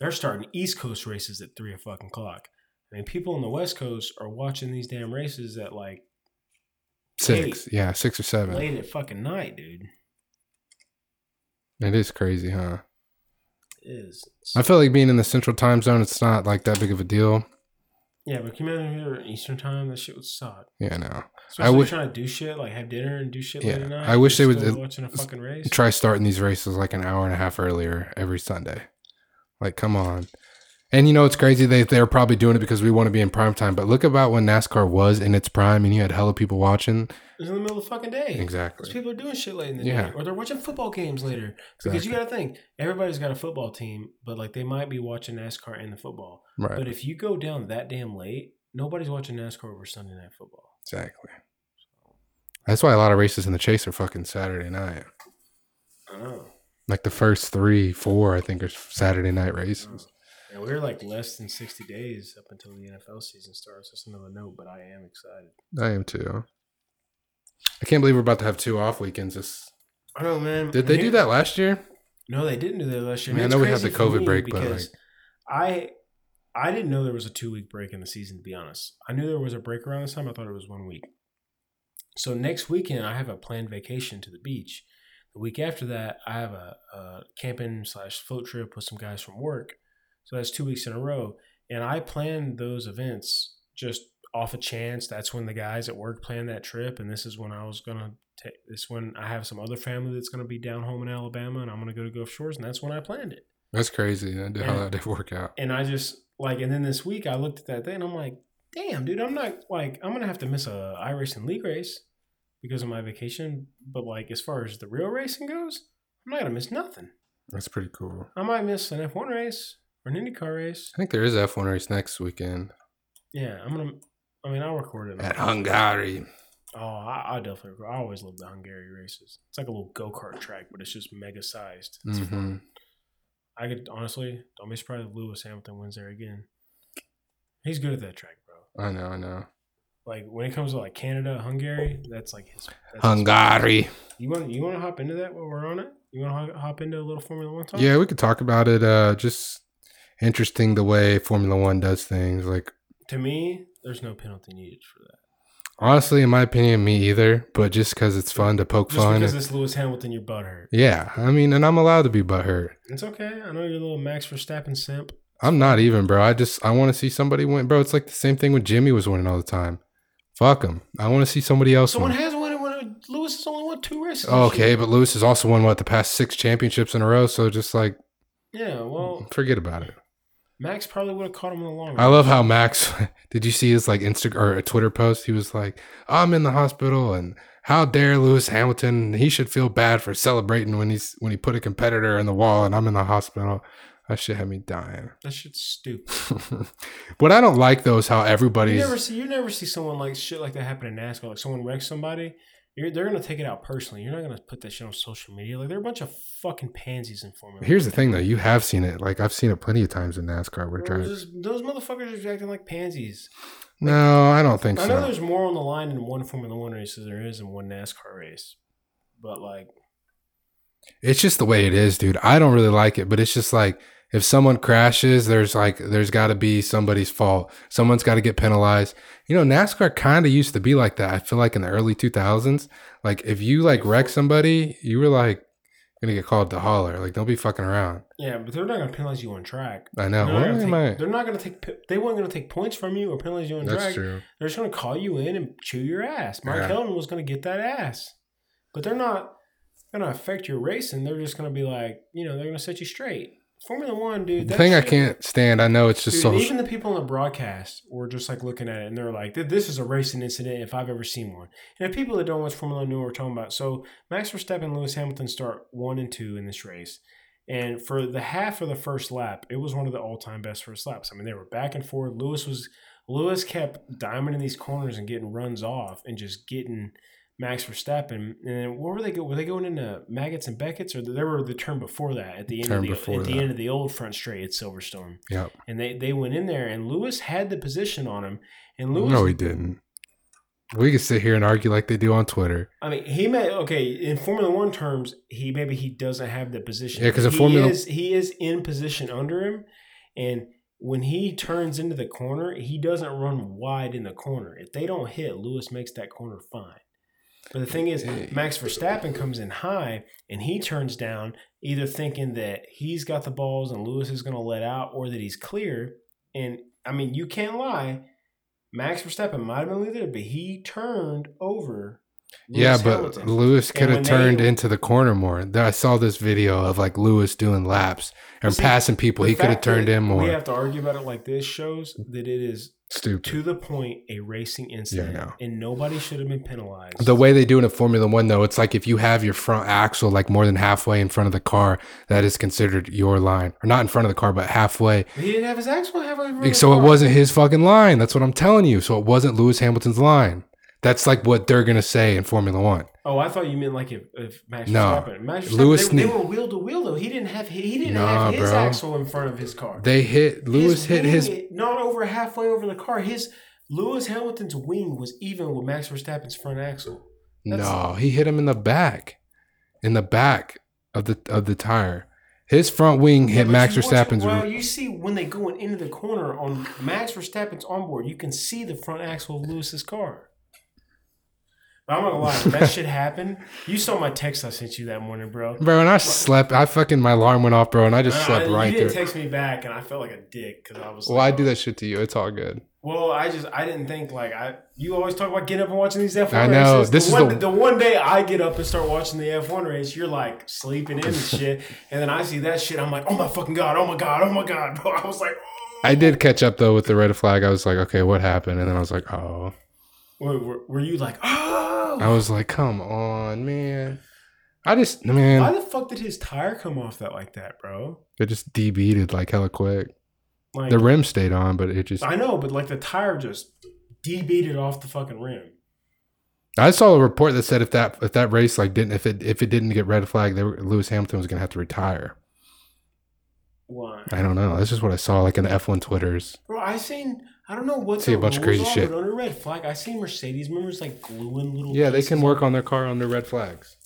S1: They're starting East Coast races at three fucking o'clock. I mean, people on the West Coast are watching these damn races at like
S2: Six, yeah, six or seven.
S1: late at fucking night, dude.
S2: It is crazy, huh?
S1: It is
S2: I feel like being in the central time zone, it's not like that big of a deal.
S1: yeah, but can you imagine if you're in Eastern time? That shit would suck.
S2: Yeah, no.
S1: Especially
S2: wish-
S1: trying to do shit like have dinner and do shit
S2: Yeah,
S1: late at night.
S2: I wish
S1: You're
S2: they would- uh,
S1: still watching a fucking race.
S2: Try starting these races like an hour and a half earlier every Sunday. Like, come on. And you know it's crazy they they're probably doing it because we want to be in prime time. But look about when NASCAR was in its prime and you had hella people watching.
S1: It was in the middle of the fucking day. Because
S2: Exactly.
S1: people are doing shit late in the
S2: Yeah.
S1: day, or they're watching football games later. Because you got to think, everybody's got a football team, but like they might be watching NASCAR and the football.
S2: Right.
S1: But if you go down that damn late, nobody's watching NASCAR over Sunday night football.
S2: Exactly. That's why a lot of races in the chase are fucking Saturday night.
S1: I know.
S2: Like the first three, four, I think, are Saturday night races.
S1: And we're like less than sixty days up until the NFL season starts. That's another note, but I am excited.
S2: I am too. I can't believe we're about to have two off weekends. This
S1: I know, man.
S2: did they
S1: And
S2: do
S1: here-
S2: that last year?
S1: No, they didn't do that last year.
S2: I mean, I
S1: And
S2: know
S1: it's
S2: we had the
S1: crazy for
S2: COVID
S1: me
S2: break, but,
S1: because I I didn't know there was a two week break in the season. To be honest, I knew there was a break around this time. I thought it was one week. So next weekend, I have a planned vacation to the beach. The week after that, I have a, a camping slash float trip with some guys from work. So that's two weeks in a row, and I planned those events just off a chance. That's when the guys at work planned that trip, and this is when I was gonna take this when I have some other family that's gonna be down home in Alabama, and I'm gonna go to Gulf Shores, and that's when I planned it.
S2: That's crazy. I did how
S1: Yeah.
S2: that did work out.
S1: And I just like, and then this week I looked at that thing, and I'm like, damn, dude, I'm not like I'm gonna have to miss a iRacing league race because of my vacation. But like, as far as the real racing goes, I'm not gonna miss nothing.
S2: That's pretty cool.
S1: I might miss an F1 race or an IndyCar race.
S2: I think there is F one race next weekend
S1: Yeah, I'm gonna. I mean, I'll record it.
S2: at Hungary.
S1: Oh, I, I definitely. I always love the Hungary races. It's like a little go kart track, but it's just mega sized. It's
S2: hmm
S1: fun. I could honestly don't be surprised if Lewis Hamilton wins there again. He's good at that track, bro.
S2: I know. I know.
S1: Like when it comes to like Canada, Hungary, that's like his. That's his-
S2: Hungary.
S1: You want you want to hop into that while we're on it? You want to hop into a little Formula One talk?
S2: Yeah, we could talk about it. Uh, just interesting the way Formula One does things. Like
S1: To me, there's no penalty needed for that.
S2: honestly, in my opinion, me either. But just because it's fun to poke
S1: Just
S2: fun.
S1: because it's Lewis Hamilton, your butt hurt.
S2: yeah, I mean, and I'm allowed to be butthurt.
S1: It's okay. I know you're a little Max Verstappen simp.
S2: I'm not even, bro. I just I want to see somebody win, bro. It's like the same thing when Jimmy was winning all the time. Fuck him. I want to see somebody else
S1: Someone
S2: win.
S1: has won it. When uh, Lewis has only won two races. this
S2: Okay,
S1: year.
S2: but Lewis has also won what the past six championships in a row. So just like
S1: Yeah. Well,
S2: forget about it.
S1: Max probably would have caught him in the long run.
S2: I love how Max. did you see his like Insta or a Twitter post? He was like, "I'm in the hospital, and how dare Lewis Hamilton? He should feel bad for celebrating when he's when he put a competitor in the wall, and I'm in the hospital." That shit had me dying.
S1: that shit's stupid.
S2: what I don't like though is how
S1: You
S2: everybody's
S1: never see you never see someone like shit like that happen in NASCAR. Like someone wrecks somebody, you're, they're gonna take it out personally. You're not gonna put that shit on social media. Like they're a bunch of fucking pansies in Formula.
S2: Here's the thing, though. You have seen it. Like I've seen it plenty of times in NASCAR where
S1: One. They're
S2: drivers.
S1: just- Those motherfuckers are acting like pansies.
S2: No, I don't think
S1: I know
S2: so.
S1: there's more on the line in one Formula One race than there is in one NASCAR race, but like
S2: It's just the way it is, dude. I don't really like it, but it's just like if someone crashes, there's like there's got to be somebody's fault. Someone's got to get penalized. You know, NASCAR kind of used to be like that. I feel like in the early 2000s, like if you like wreck somebody, you were like gonna get called to holler. Like don't be fucking around.
S1: yeah, but they're not gonna penalize you on track.
S2: I know.
S1: They're
S2: Why
S1: not gonna
S2: am
S1: take-
S2: I-
S1: they're not gonna take. pi- They weren't gonna take points from you or penalize you on
S2: That's
S1: track.
S2: true.
S1: They're just gonna call you in and chew your ass. Mark
S2: Yeah.
S1: Helton was gonna get that ass, but they're not gonna affect your racing. They're just gonna be like, you know, they're gonna set you straight. Formula One, dude.
S2: The
S1: that
S2: thing I
S1: shit-
S2: can't stand, I know it's just
S1: Dude,
S2: social.
S1: even the people on the broadcast were just like looking at it and they're like, "Th- this is a racing incident if I've ever seen one. And the people that don't watch Formula One know what we're talking about. So Max Verstappen and Lewis Hamilton start one and two in this race. And for the half of the first lap, it was one of the all time best first laps. I mean, they were back and forth. Lewis was Lewis kept diamonding these corners and getting runs off and just getting Max Verstappen. And then what were they go? Were they going into maggots and Beckett's, or they were the turn before that at the end
S2: Turn
S1: of the,
S2: before
S1: at the
S2: that.
S1: end of the old front straight at Silverstone?
S2: Yep.
S1: and they they went in there and Lewis had the position on him and Lewis
S2: No, he didn't. We could sit here and argue like they do on Twitter.
S1: I mean he may okay in Formula 1 terms he maybe he doesn't have the position
S2: Yeah, 'cause in
S1: He
S2: Formula-
S1: is, he is in position under him and when he turns into the corner he doesn't run wide in the corner if they don't hit Lewis makes that corner fine but the thing is
S2: Hey.
S1: Max Verstappen comes in high and he turns down either thinking that he's got the balls and Lewis is going to let out or that he's clear. And I mean, you can't lie. Max Verstappen might have been leader, but he turned over Lewis
S2: yeah, but
S1: Hamilton.
S2: Lewis could
S1: when
S2: have
S1: they-
S2: turned into the corner more. Th- I saw this video of like Lewis doing laps and
S1: See,
S2: passing people.
S1: The
S2: He could have
S1: fact that
S2: turned in more.
S1: We have to argue about it like this shows that it is
S2: Stupid.
S1: to the point a racing incident,
S2: know.
S1: and nobody should have been penalized.
S2: The way they do it in Formula One, though, it's like if you have your front axle like more than halfway in front of the car, that is considered your line, or not in front of the car, but halfway.
S1: he didn't have his axle halfway. around the
S2: So it
S1: car.
S2: wasn't his fucking line. That's what I'm telling you. So it wasn't Lewis Hamilton's line. That's like what they're gonna say in Formula One.
S1: Oh, I thought you meant like if, if Max
S2: No.
S1: Verstappen. Max Verstappen,
S2: Lewis
S1: they, they
S2: Sneak.
S1: were wheel to wheel though. He didn't have he, he didn't
S2: Nah,
S1: have his
S2: bro.
S1: axle in front of his car.
S2: They hit Lewis hit
S1: wing-
S2: his
S1: not over halfway over the car. His Lewis Hamilton's wing was even with Max Verstappen's front axle. That's-
S2: no. He hit him in the back, in the back of the of the tire. His front wing
S1: Yeah,
S2: hit
S1: but
S2: Max
S1: you- what you-
S2: Verstappen's.
S1: Well, you see when they going into the corner on Max Verstappen's onboard, you can see the front axle of Lewis's car. But I'm not gonna lie, if that shit happened. You saw my text I sent you that morning, bro.
S2: Bro, and I slept. I fucking my alarm went off, bro, and I just slept
S1: I-
S2: right
S1: you didn't
S2: through.
S1: text me back, and I felt like a dick because I was.
S2: Well, I
S1: like,
S2: do that shit to you. It's all good.
S1: Well, I just I didn't think like I. You always talk about getting up and watching these F1
S2: I know,
S1: races.
S2: this is
S1: the one,
S2: the-
S1: the, one day I get up and start watching the F1 race. You're like sleeping in and shit, and then I see that shit. I'm like, oh my fucking god, oh my god, oh my god, bro. I was like, oh.
S2: I did catch up though with the red flag. I was like, okay, what happened? And then I was like, oh,
S1: Wait, were, were you like, oh?
S2: I was like, come on, man. I just
S1: Why
S2: man,
S1: the fuck did his tire come off that like that, bro?
S2: it just debeated like hella quick.
S1: Like
S2: The rim stayed on, but it just.
S1: I know, but like the tire just debeated off the fucking rim.
S2: I saw a report that said if that if that race like didn't if it if it didn't get red flag, they were, Lewis Hamilton was gonna have to retire.
S1: Why?
S2: I don't know. That's just what I saw like in the F1 Twitters.
S1: Bro, I seen I don't know what
S2: See a bunch of crazy shit.
S1: but on a red flag. I seen Mercedes members like gluing little
S2: Yeah, they
S1: pieces
S2: can work on their car under red flags.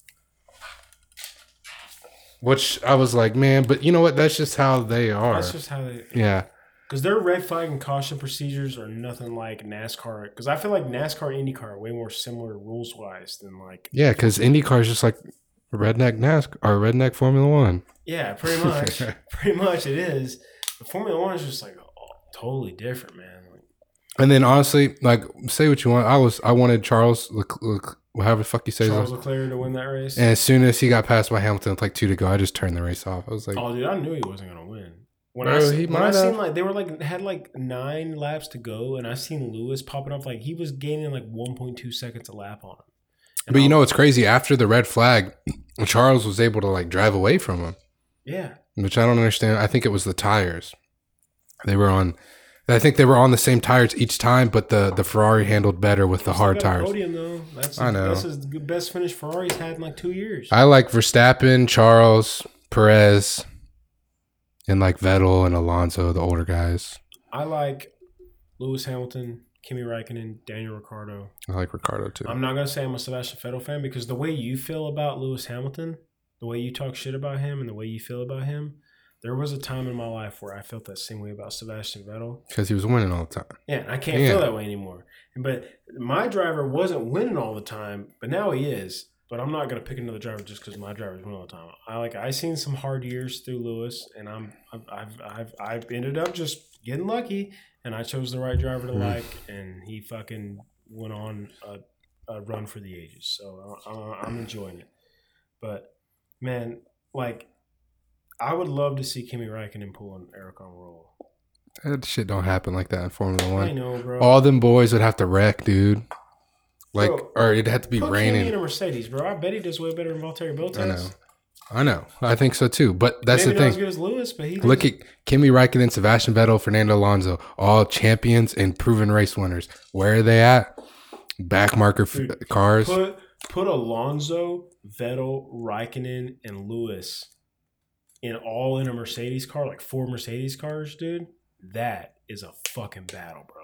S2: Which I was like, man, but you know what? That's just how they are.
S1: That's just how they
S2: yeah.
S1: because their red flag and caution procedures are nothing like NASCAR. Because I feel like NASCAR and IndyCar are way more similar rules wise than like
S2: Yeah, because IndyCar is just like redneck NASCAR or redneck Formula One.
S1: yeah, pretty much, pretty much it is. But Formula One is just like oh, totally different, man. Like,
S2: And then honestly, like say what you want. I was I wanted Charles Lec- Lec- however the fuck you say his
S1: Charles
S2: name.
S1: Leclerc to win that race.
S2: And as soon as he got passed by Hamilton with like two to go, I just turned the race off. I was like,
S1: oh, dude, I knew he wasn't gonna win. When I
S2: Bro,
S1: seen,
S2: he
S1: when I
S2: might
S1: seen
S2: have.
S1: like they were like had like nine laps to go, and I seen Lewis popping off like he was gaining like one point two seconds a lap on him. And
S2: but you
S1: I'm-
S2: know what's crazy? After the red flag, Charles was able to like drive away from him.
S1: yeah,
S2: which I don't understand. I think it was the tires. They were on. I think they were on the same tires each time, but the the Ferrari handled better with the
S1: Still
S2: hard
S1: got a
S2: tires.
S1: Podium though. That's
S2: I know.
S1: This is the best finish Ferrari's had in like two years.
S2: I like Verstappen, Charles, Perez, and like Vettel and Alonso, the older guys.
S1: I like Lewis Hamilton, Kimi Raikkonen, Daniel Ricciardo.
S2: I like Ricardo too.
S1: I'm not gonna say I'm a Sebastian Vettel fan because the way you feel about Lewis Hamilton, the way you talk shit about him, and the way you feel about him, there was a time in my life where I felt that same way about Sebastian Vettel.
S2: because he was winning all the time.
S1: Yeah, and I can't
S2: Yeah.
S1: feel that way anymore. But my driver wasn't winning all the time, but now he is. But I'm not gonna pick another driver just because my driver's winning all the time. I like I seen some hard years through Lewis, and I'm I've I've I've, I've ended up just getting lucky, and I chose the right driver to
S2: Mm.
S1: like, and he fucking went on a, a run for the ages. So I, I, I'm enjoying it. But man, like I would love to see Kimi Raikkonen pull an Eric on roll.
S2: That shit don't happen like that in Formula
S1: I
S2: One.
S1: know, bro.
S2: All them boys would have to wreck, dude. Like,
S1: Bro,
S2: or it'd have to be
S1: Put
S2: raining.
S1: Kimi in a Mercedes, bro. I bet he does way better than Valtteri Bottas.
S2: I know. I know. I think so too. But that's
S1: Maybe
S2: the
S1: Not
S2: thing.
S1: as good as Lewis, but he
S2: Look
S1: does-
S2: at Kimi Raikkonen, Sebastian Vettel, Fernando Alonso, all champions and proven race winners. Where are they at? Backmarker f-
S1: Dude,
S2: cars.
S1: put put Alonso, Vettel, Raikkonen, and Lewis in all in a Mercedes car, like four Mercedes cars, dude. That is a fucking battle, bro.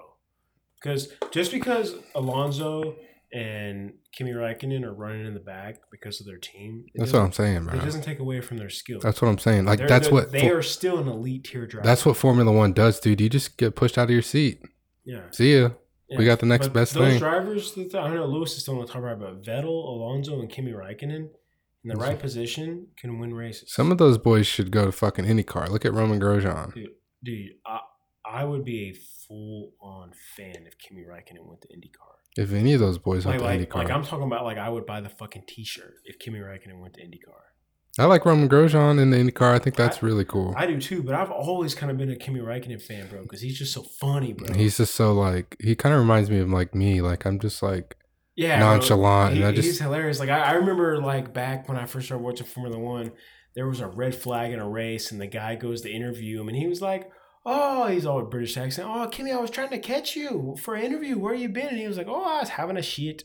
S1: Because just because Alonso and Kimi Raikkonen are running in the back because of their team, it
S2: That's what
S1: doesn't-
S2: I'm saying,
S1: It
S2: bro.
S1: doesn't take away from their skill.
S2: That's what I'm saying. Like
S1: They're
S2: that's
S1: the-
S2: what
S1: they
S2: fo-
S1: are still an elite tier driver.
S2: that's what Formula One does, dude. You just get pushed out of your seat.
S1: yeah.
S2: See ya. We
S1: Yeah,
S2: got the next
S1: but
S2: best
S1: those
S2: thing.
S1: drivers, that- I don't know Lewis is still on the top right, but Vettel, Alonso, and Kimi Raikkonen in the
S2: Mhm.
S1: right position can win races.
S2: Some of those boys should go to fucking any car. Look at Roman Grosjean.
S1: dude, dude, I, I would be a full on fan if Kimi Raikkonen went to IndyCar.
S2: If any of those boys
S1: Like,
S2: went to
S1: like,
S2: IndyCar,
S1: like I'm talking about, like I would buy the fucking T-shirt if Kimi Räikkönen went to IndyCar.
S2: I like Roman Grosjean in the IndyCar. I think that's
S1: I-
S2: really cool.
S1: I do too, but I've always kind of been a Kimi Räikkönen fan, bro, because he's just so funny, bro.
S2: He's just so like he kind of reminds me of like me. Like I'm just like
S1: yeah, bro.
S2: nonchalant,
S1: He-
S2: Uh, and I
S1: he's
S2: just
S1: hilarious. Like I, I remember, like back when I first started watching Formula One, there was a red flag in a race, and the guy goes to interview him, and he was like, "Oh, he's all with British accent. Oh, Kimmy, I was trying to catch you for an interview. Where you been?" And he was like, "Oh, I was having a shit,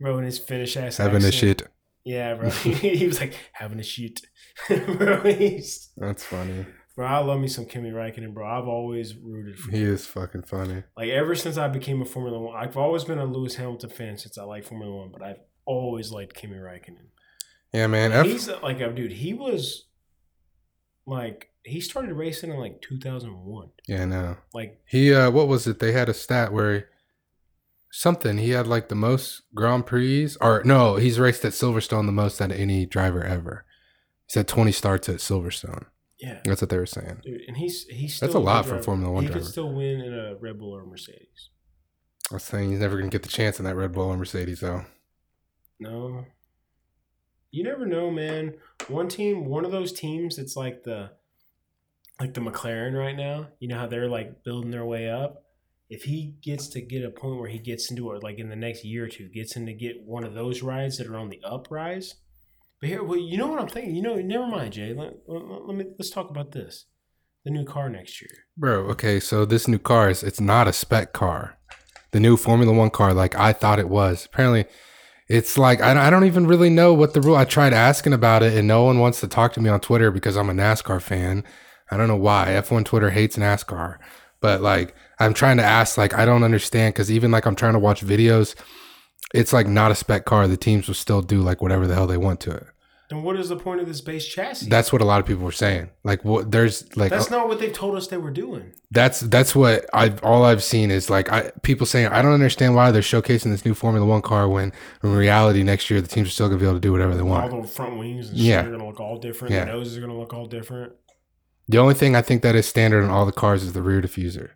S1: bro." In his Finnish ass,
S2: having a
S1: accent.
S2: shit.
S1: Yeah, bro. he was like having a shit, bro. He's,
S2: That's funny.
S1: bro, I love me some Kimmy Räikkönen, bro. I've always rooted for
S2: He is fucking funny.
S1: like ever since I became a Formula One, I've always been a Lewis Hamilton fan since I like Formula One, but I've always liked Kimi Räikkönen.
S2: Yeah, man. F-
S1: He's uh, like a dude. He was like he started racing in like 2001.
S2: yeah, no.
S1: Like
S2: He uh, what was it? They had a stat where something he had like the most Grand Prix, or no, he's raced at Silverstone the most out of any driver ever. He said 20 starts at Silverstone.
S1: yeah,
S2: That's what they were saying.
S1: dude. And he's he's still
S2: That's a lot
S1: good
S2: for a
S1: driver.
S2: Formula One
S1: He
S2: driver.
S1: could still win in a Red Bull or a Mercedes.
S2: I was saying he's never gonna get the chance in that Red Bull and Mercedes though.
S1: No, you never know, man. One team, one of those teams that's like the like the McLaren right now. You know how they're like building their way up. If he gets to get a point where he gets into it, like in the next year or two, gets into get one of those rides that are on the uprise. But here, well, you know what I'm thinking. You know, never mind, Jay. Let, let, let me let's talk about this. The new car next year.
S2: Bro, okay, so this new car is it's not a spec car. The new Formula One car, like I thought it was. Apparently, it's like I don't, I don't even really know what the rule. I tried asking about it, and no one wants to talk to me on Twitter because I'm a NASCAR fan. I don't know why F1 Twitter hates NASCAR, but like I'm trying to ask, like I don't understand because even like I'm trying to watch videos, it's like not a spec car. The teams will still do like whatever the hell they want to it.
S1: Then what is the point of this base chassis?
S2: That's what a lot of people were saying. Like what there's like
S1: That's not what they told us they were doing.
S2: that's that's what I've all I've seen is like I, people saying I don't understand why they're showcasing this new Formula One car when in reality next year the teams are still gonna be able to do whatever they want.
S1: All the front wings and
S2: Yeah.
S1: shit are gonna look all different.
S2: Yeah.
S1: The noses are gonna look all different.
S2: The only thing I think that is standard on all the cars is the rear diffuser,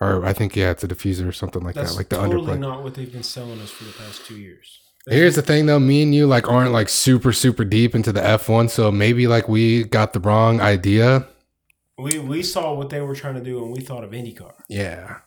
S2: or I think yeah, it's a diffuser or something like
S1: That's
S2: that, like the
S1: totally
S2: underplate.
S1: not what they've been selling us for the past two years.
S2: Here's the thing though, me and you like aren't like super super deep into the F1, so maybe like we got the wrong idea.
S1: we we saw what they were trying to do and we thought of IndyCar.
S2: Yeah.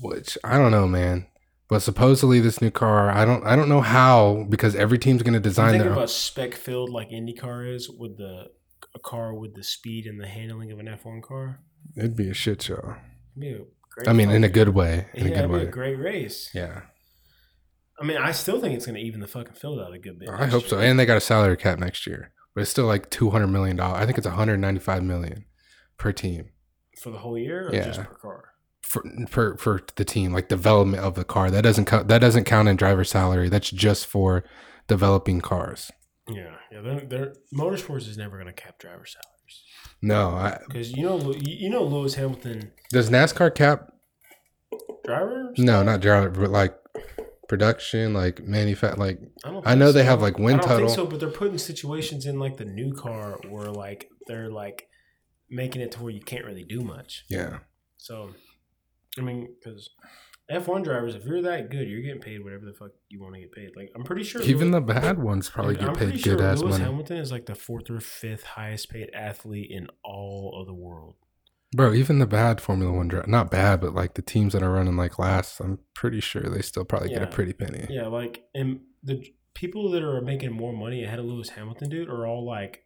S2: Which I don't know, man. But supposedly this new car, I don't I don't know how because every team's going to design
S1: think
S2: their own.
S1: about spec filled like IndyCar is with the a car with the speed and the handling of an F one car.
S2: It'd be a shit show.
S1: It'd be a great
S2: I mean, in a
S1: fucking-
S2: good way. In
S1: yeah,
S2: a good
S1: it'd be a
S2: way.
S1: great race.
S2: Yeah.
S1: I mean, I still think it's gonna even the fucking field out a good bit.
S2: I
S1: next
S2: hope
S1: year.
S2: so. And they got a salary cap next year. But it's still like 200 million dollars. I think it's 195 million per team.
S1: for the whole year or
S2: Yeah.
S1: just per car.
S2: For, for for the team like development of the car that doesn't count that doesn't count in driver salary that's just for developing cars
S1: Yeah, yeah. They're, they're, motorsports is never gonna cap driver salaries
S2: no I,
S1: because you know Lew- you know Lewis Hamilton
S2: does NASCAR cap
S1: drivers.
S2: No, not Gerald, but like production, like manufacture. Like
S1: I, don't
S2: I know
S1: think
S2: they
S1: so.
S2: have like
S1: I
S2: wind
S1: don't
S2: tunnel.
S1: think so, but they're putting situations in like the new car where like they're like making it to where you can't really do much.
S2: Yeah,
S1: So, I mean, because F1 drivers, if you're that good, you're getting paid whatever the fuck you want to get paid. Like, I'm pretty sure
S2: even
S1: Lew-
S2: the bad ones probably
S1: Dude, I'm
S2: get
S1: pretty
S2: paid
S1: sure
S2: good ass
S1: Lewis
S2: money,
S1: Hamilton is like the fourth or fifth highest paid athlete in all of the world.
S2: bro. Even the bad Formula One drive, not bad, but like the teams that are running like last, I'm pretty sure they still probably get a
S1: Yeah.
S2: pretty penny.
S1: Yeah, like, and the people that are making more money ahead of Lewis Hamilton, dude, are all like.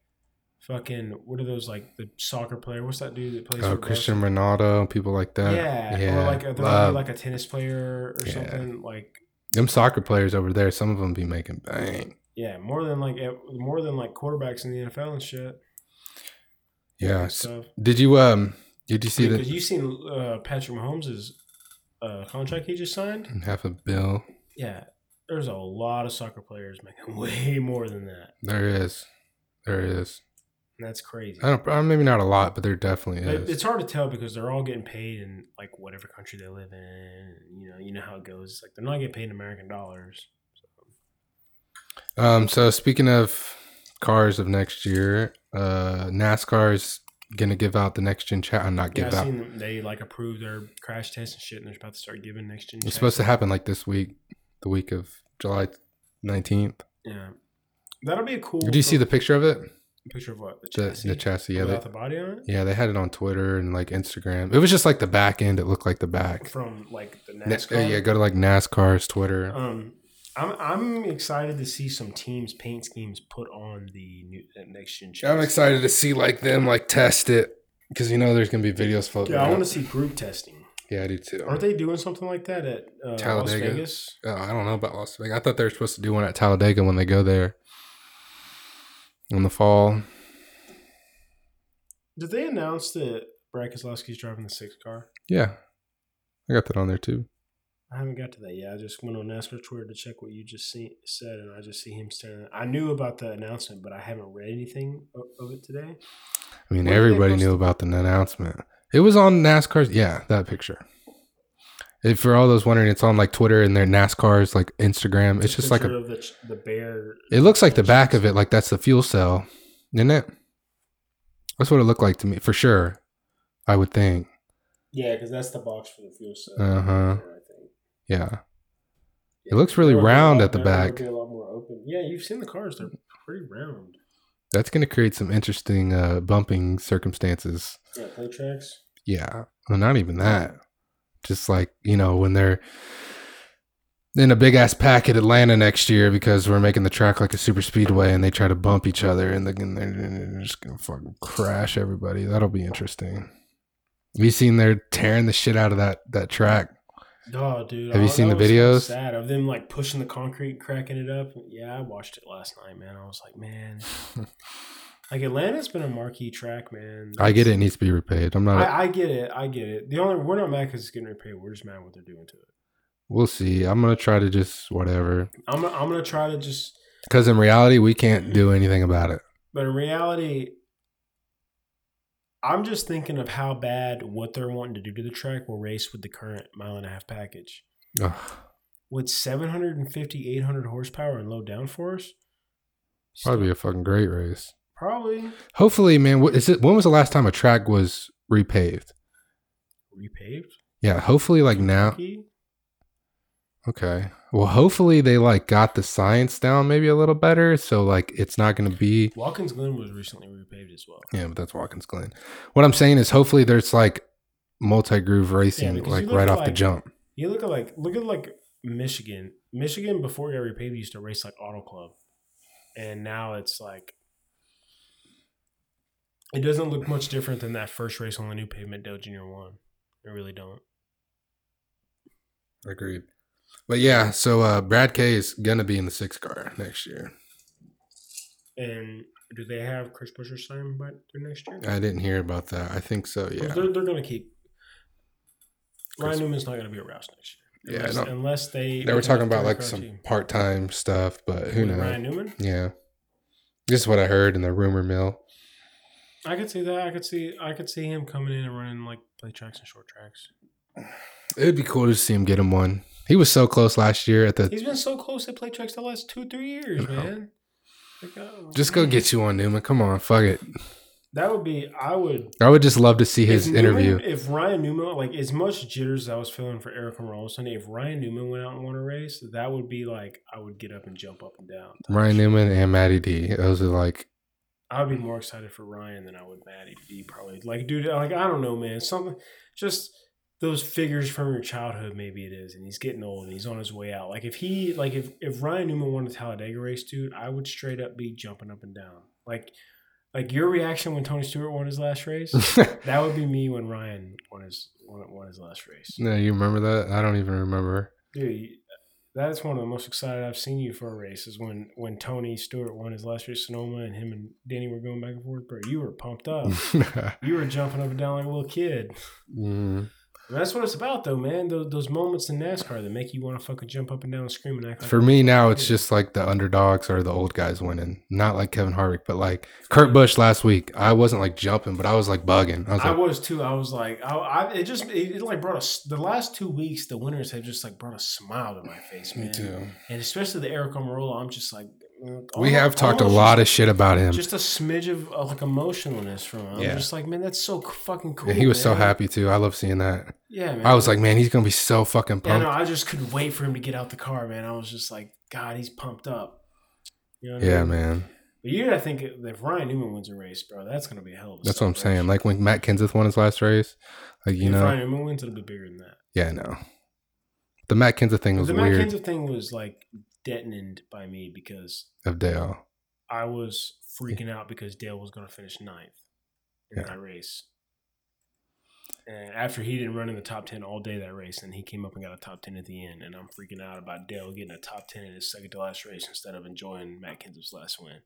S1: Fucking, what are those like? The soccer player. What's that dude that plays?
S2: Oh,
S1: for Barca?
S2: Christian Ronaldo, people like that.
S1: yeah,
S2: yeah,
S1: or like a, there might be
S2: love.
S1: like a tennis player or
S2: Yeah.
S1: something like
S2: Them soccer players over there, some of them be making bang.
S1: yeah more than like eh, more than like quarterbacks in the NFL and shit.
S2: Yeah.
S1: and stuff.
S2: Did you um? Did you see
S1: because
S2: that?
S1: you seen uh, Patrick Mahomes' uh, contract he just signed.
S2: Mm, Half a bill.
S1: Yeah, there's a lot of soccer players making way more than that.
S2: There is. There is.
S1: And that's crazy.
S2: I don't. uh, Maybe not a lot, but there definitely
S1: But
S2: is.
S1: it's hard to tell because they're all getting paid in like whatever country they live in. You know, you know how it goes. It's like they're not getting paid in American dollars.
S2: Um, so speaking of cars of next year, uh, NASCAR's gonna give out the next gen chat. I'm not
S1: Yeah,
S2: give
S1: I've
S2: out.
S1: seen them. They like approved their crash test and shit, and they're about to start giving next gen.
S2: It's supposed to happen like this week, the week of July 19th.
S1: Yeah, that'll be a cool.
S2: Did you see the picture of it?
S1: picture of what the
S2: The,
S1: chassis?
S2: the chassis. Yeah,
S1: without
S2: they,
S1: the body on it.
S2: yeah, they had it on Twitter and like Instagram. It was just like the back end. It looked like the back.
S1: From like the
S2: Na-
S1: NASCAR.
S2: uh, yeah, go to like NASCAR's Twitter.
S1: Um, I'm I'm excited to see some teams paint schemes put on the new that next gen.
S2: I'm
S1: chassis.
S2: excited to see like them like test it because you know there's gonna be videos floating.
S1: Yeah, I
S2: around.
S1: want to see group testing.
S2: Yeah, I do too.
S1: Aren't they doing something like that at uh, Las
S2: Talladega.
S1: Vegas?
S2: Oh, I don't know about Las Vegas. I thought they were supposed to do one at Talladega when they go there in the fall.
S1: Did they announce that Brad Keselowski's driving the sixth car?
S2: Yeah, I got that on there too.
S1: I haven't got to that yet. I just went on NASCAR Twitter to check what you just see, said, and I just see him staring. I knew about the announcement, but I haven't read anything of, of it today.
S2: I mean,
S1: When did they
S2: everybody
S1: post
S2: knew
S1: it?
S2: about the announcement. It was on NASCAR's. Yeah, that picture. If for all those wondering, it's on like Twitter and their NASCAR's like Instagram. It's
S1: a
S2: just like
S1: picture
S2: a.
S1: of the, ch- the bear.
S2: It looks like the back of it, like that's the fuel cell, isn't it? That's what it looked like to me for sure. I would think.
S1: Yeah, because that's the box for the fuel cell.
S2: Uh-huh.
S1: I think.
S2: Yeah,
S1: Yeah,
S2: looks really
S1: that would be a
S2: round
S1: lot
S2: at the
S1: better. That would
S2: back.
S1: be a lot more open. Yeah, you've seen the cars; they're pretty round.
S2: that's going to create some interesting uh, bumping circumstances.
S1: Yeah, play tracks.
S2: Yeah. Well, not even that. Just like, you know, when they're in a big ass pack at Atlanta next year because we're making the track like a super speedway and they try to bump each other and, they- and they're, they're just going to fucking crash everybody. That'll be interesting. Have you seen they're tearing the shit out of that, that track?
S1: Oh, dude!
S2: Have you
S1: oh,
S2: seen
S1: that
S2: the
S1: was so
S2: videos?
S1: Sad of them like pushing the concrete, cracking it up. Yeah, I watched it last night, man. I was like, man, like Atlanta's been a marquee track, man.
S2: I get it. It needs to be repaid. I'm not,
S1: I, I get it. I get it. The only we're not mad because it's getting repaid. We're just mad what they're doing to it.
S2: we'll see. I'm going to try to just whatever.
S1: I'm gonna- I'm gonna try to just,
S2: Because in reality, we can't do anything about it.
S1: but in reality, I'm just thinking of how bad what they're wanting to do to the track will race with the current mile and a half package.
S2: Ugh.
S1: with 750 800 horsepower and low downforce
S2: Probably a fucking great race.
S1: probably
S2: Hopefully, man. What is it? When was the last time a track was repaved?
S1: repaved
S2: Yeah, hopefully, like now.
S1: Kentucky?
S2: Okay. Well, hopefully they like got the science down maybe a little better, so like it's not going to be.
S1: Watkins Glen was recently repaved as well
S2: Yeah, but that's Watkins Glen. What I'm saying is, hopefully there's like multi groove racing
S1: because you
S2: like
S1: look
S2: right
S1: at,
S2: off the
S1: like-
S2: jump.
S1: you look at like look at like Michigan Michigan before it got repaved used to race like Auto Club and now it's like it doesn't look much different than that first race on the new pavement Dale Junior won I really don't
S2: Agreed. But yeah, so uh, Brad K is gonna be in the six car next year.
S1: and do they have Chris Buescher signed by through next year
S2: I didn't hear about that. I think so. Uh, Yeah.
S1: They're, they're going to keep.
S2: Chris-
S1: Ryan Newman's not going to be a Rouse next year.
S2: Yeah,
S1: Unless,
S2: no.
S1: unless they.
S2: They were talking about like
S1: Curry
S2: some
S1: team.
S2: part time stuff, but who
S1: With
S2: knows?
S1: Ryan Newman?
S2: Yeah. This is what I heard in the rumor mill.
S1: I could see that. I could see. I could see him coming in and running like play tracks and short tracks.
S2: It'd be cool to see him get him one. He was so close last year at the
S1: He's been so close to play tracks the last two, three years,
S2: I know.
S1: man. Like, oh,
S2: just go
S1: man.
S2: get you one, Newman. Come on, fuck it.
S1: That would be. I would.
S2: I would just love to see his
S1: if Newman-
S2: interview.
S1: if Ryan Newman, like as much jitters as I was feeling for Eric Rollinson, if Ryan Newman went out and won a race, that would be like I would get up and jump up and down. type
S2: Ryan
S1: shit.
S2: Newman and Matty D. Those are like
S1: I would be more excited for Ryan than I would Maddie D. Probably like, dude, like I don't know, man. Something just those figures from your childhood, maybe it is, and he's getting old and he's on his way out. Like if he, like if if Ryan Newman won a Talladega race, dude, I would straight up be jumping up and down. Like, like your reaction when Tony Stewart won his last race, that would be me when Ryan won his won, won his last race.
S2: No, you remember that? I don't even remember.
S1: Dude, you- that's one of the most excited I've seen you for a race is when when Tony Stewart won his last race at Sonoma and him and Danny were going back and forth, bro. You were pumped up. You were jumping up and down like a little kid.
S2: Mm.
S1: And that's what it's about, though, man. Those, those moments in NASCAR that make you want to fucking jump up and down and scream and act like
S2: For me now it's just like the underdogs or the old guys winning. Not like Kevin Harvick, but like Kurt Busch last week. I wasn't like jumping, but I was like bugging. I was
S1: I
S2: like,
S1: was too. I was like, I, I it just it, it like brought us the last two weeks. The winners have just like brought a smile to my face, man.
S2: me too.
S1: And especially the Eric Amarola, I'm just like, mm,
S2: we have talked
S1: Oh.
S2: a lot of shit about him.
S1: Just a smidge of, of like emotionalness from him.
S2: Yeah.
S1: I'm just like, man, that's so c- fucking cool.
S2: And he was so
S1: man.
S2: happy too. I love seeing that.
S1: Yeah, man.
S2: I was like, man, he's gonna be so fucking
S1: yeah,
S2: pumped.
S1: no, I just couldn't wait for him to get out the car, man. I was just like, God, he's pumped up. You know what I
S2: Yeah,
S1: mean?
S2: man.
S1: But you gotta think if Ryan Newman wins a race, bro, that's gonna be a hell of a
S2: That's what I'm
S1: celebration.
S2: saying. Like when Matt Kenseth won his last race, like you
S1: if
S2: know,
S1: Ryan Newman wins, it'll be bigger than that.
S2: yeah, no. The Matt Kenseth thing was
S1: the
S2: weird
S1: Mackenzie thing was like detonated by me because
S2: of Dale.
S1: I was freaking out because Dale was going to finish ninth in that race. And after he didn't run in the top 10 all day that race, and he came up and got a top 10 at the end, and I'm freaking out about Dale getting a top 10 in his second to last race instead of enjoying Matt Kenseth's last win.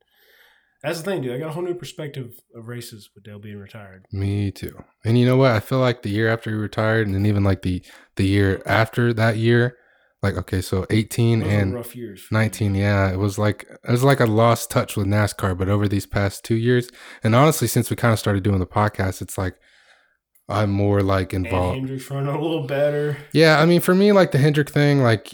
S1: That's the thing, dude. I got a whole new perspective of races with Dale being retired.
S2: Me too. And you know what? I feel like the year after he retired, and then even like the the year after that year, like okay, so eighteen
S1: Those were
S2: and
S1: rough years. for me.
S2: 19 yeah it was like it was like i lost touch with nascar but over these past two years and honestly since we kind of started doing the podcast it's like i'm more like
S1: And
S2: involved
S1: Hendricks running a little better.
S2: yeah i mean for me like the hendrick thing like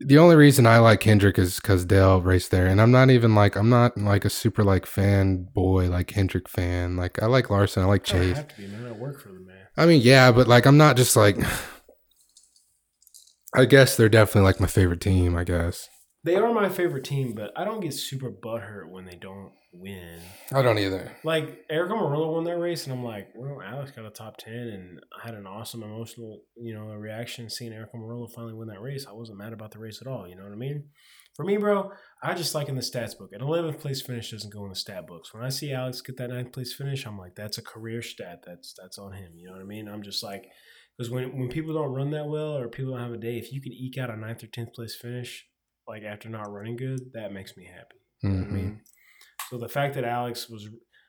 S2: the only reason i like hendrick is because dale raced there and i'm not even like i'm not like a super like fan boy like hendrick fan like i like larson i like
S1: I don't
S2: chase
S1: have to be, man. I work for the man.
S2: I mean, yeah, but like, I'm not just like. I guess they're definitely like my favorite team. I guess
S1: They are my favorite team, but I don't get super butthurt when they don't win.
S2: I don't either.
S1: Like Eric Amarillo won that race, and I'm like, well, Alex got a top ten, and I had an awesome emotional, you know, reaction seeing Eric Amarillo finally win that race. I wasn't mad about the race at all. You know what I mean? For me, bro, I just like in the stats book. An 11th place finish doesn't go in the stat books. When I see Alex get that 9th place finish, I'm like, that's a career stat. That's that's on him. You know what I mean? I'm just like, because when when people don't run that well or people don't have a day, if you can eke out a 9th or 10th place finish, like after not running good, that makes me happy. You know what I
S2: hmm
S1: mean, so the fact that Alex was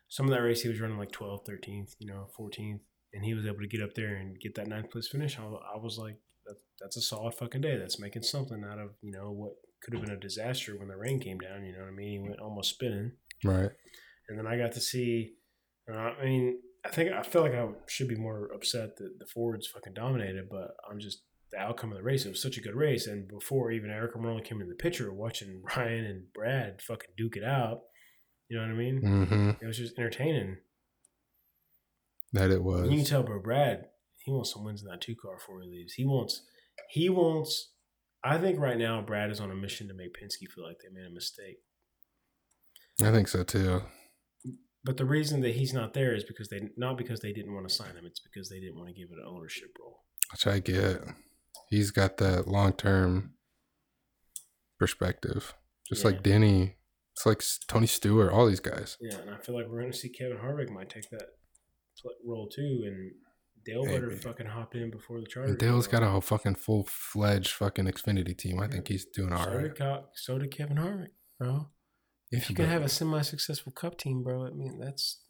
S1: some of that race he was running like 12th, 13th, you know, 14th, and he was able to get up there and get that ninth place finish. I, wa- I was like, that, that's a solid fucking day. That's making something out of you know what could have been a disaster when the rain came down. You know what I mean? He went almost spinning,
S2: Right.
S1: and then I got to see. Uh, I mean, I think I feel like I should be more upset that the Fords fucking dominated, but I'm just the outcome of the race. It was such a good race, and before even Eric Amarola came in the picture, watching Ryan and Brad fucking duke it out. You know what I mean?
S2: hmm
S1: It was just entertaining.
S2: That it
S1: And You can
S2: was.
S1: tell, bro, Brad, he wants some wins in that two car before he leaves. He wants, he wants. I think right now Brad is on a mission to make Penske feel like they made a mistake.
S2: I think so too.
S1: But the reason that he's not there is because they not because they didn't want to sign him. It's because they didn't want to give it an ownership role.
S2: Which I get. He's got that long term perspective, just
S1: Yeah.
S2: like Denny. It's like S- Tony Stewart. All these guys.
S1: Yeah, and I feel like we're going to see Kevin Harvick might take that pl- role too, and Dale better
S2: Maybe.
S1: fucking hop in before the charter.
S2: And Dale's got a whole fucking full fledged fucking Xfinity team. I think he's doing all
S1: so
S2: right.
S1: Did Co- so did Kevin Harvick, bro. If you
S2: but,
S1: can have a semi-successful Cup team, bro, I mean that's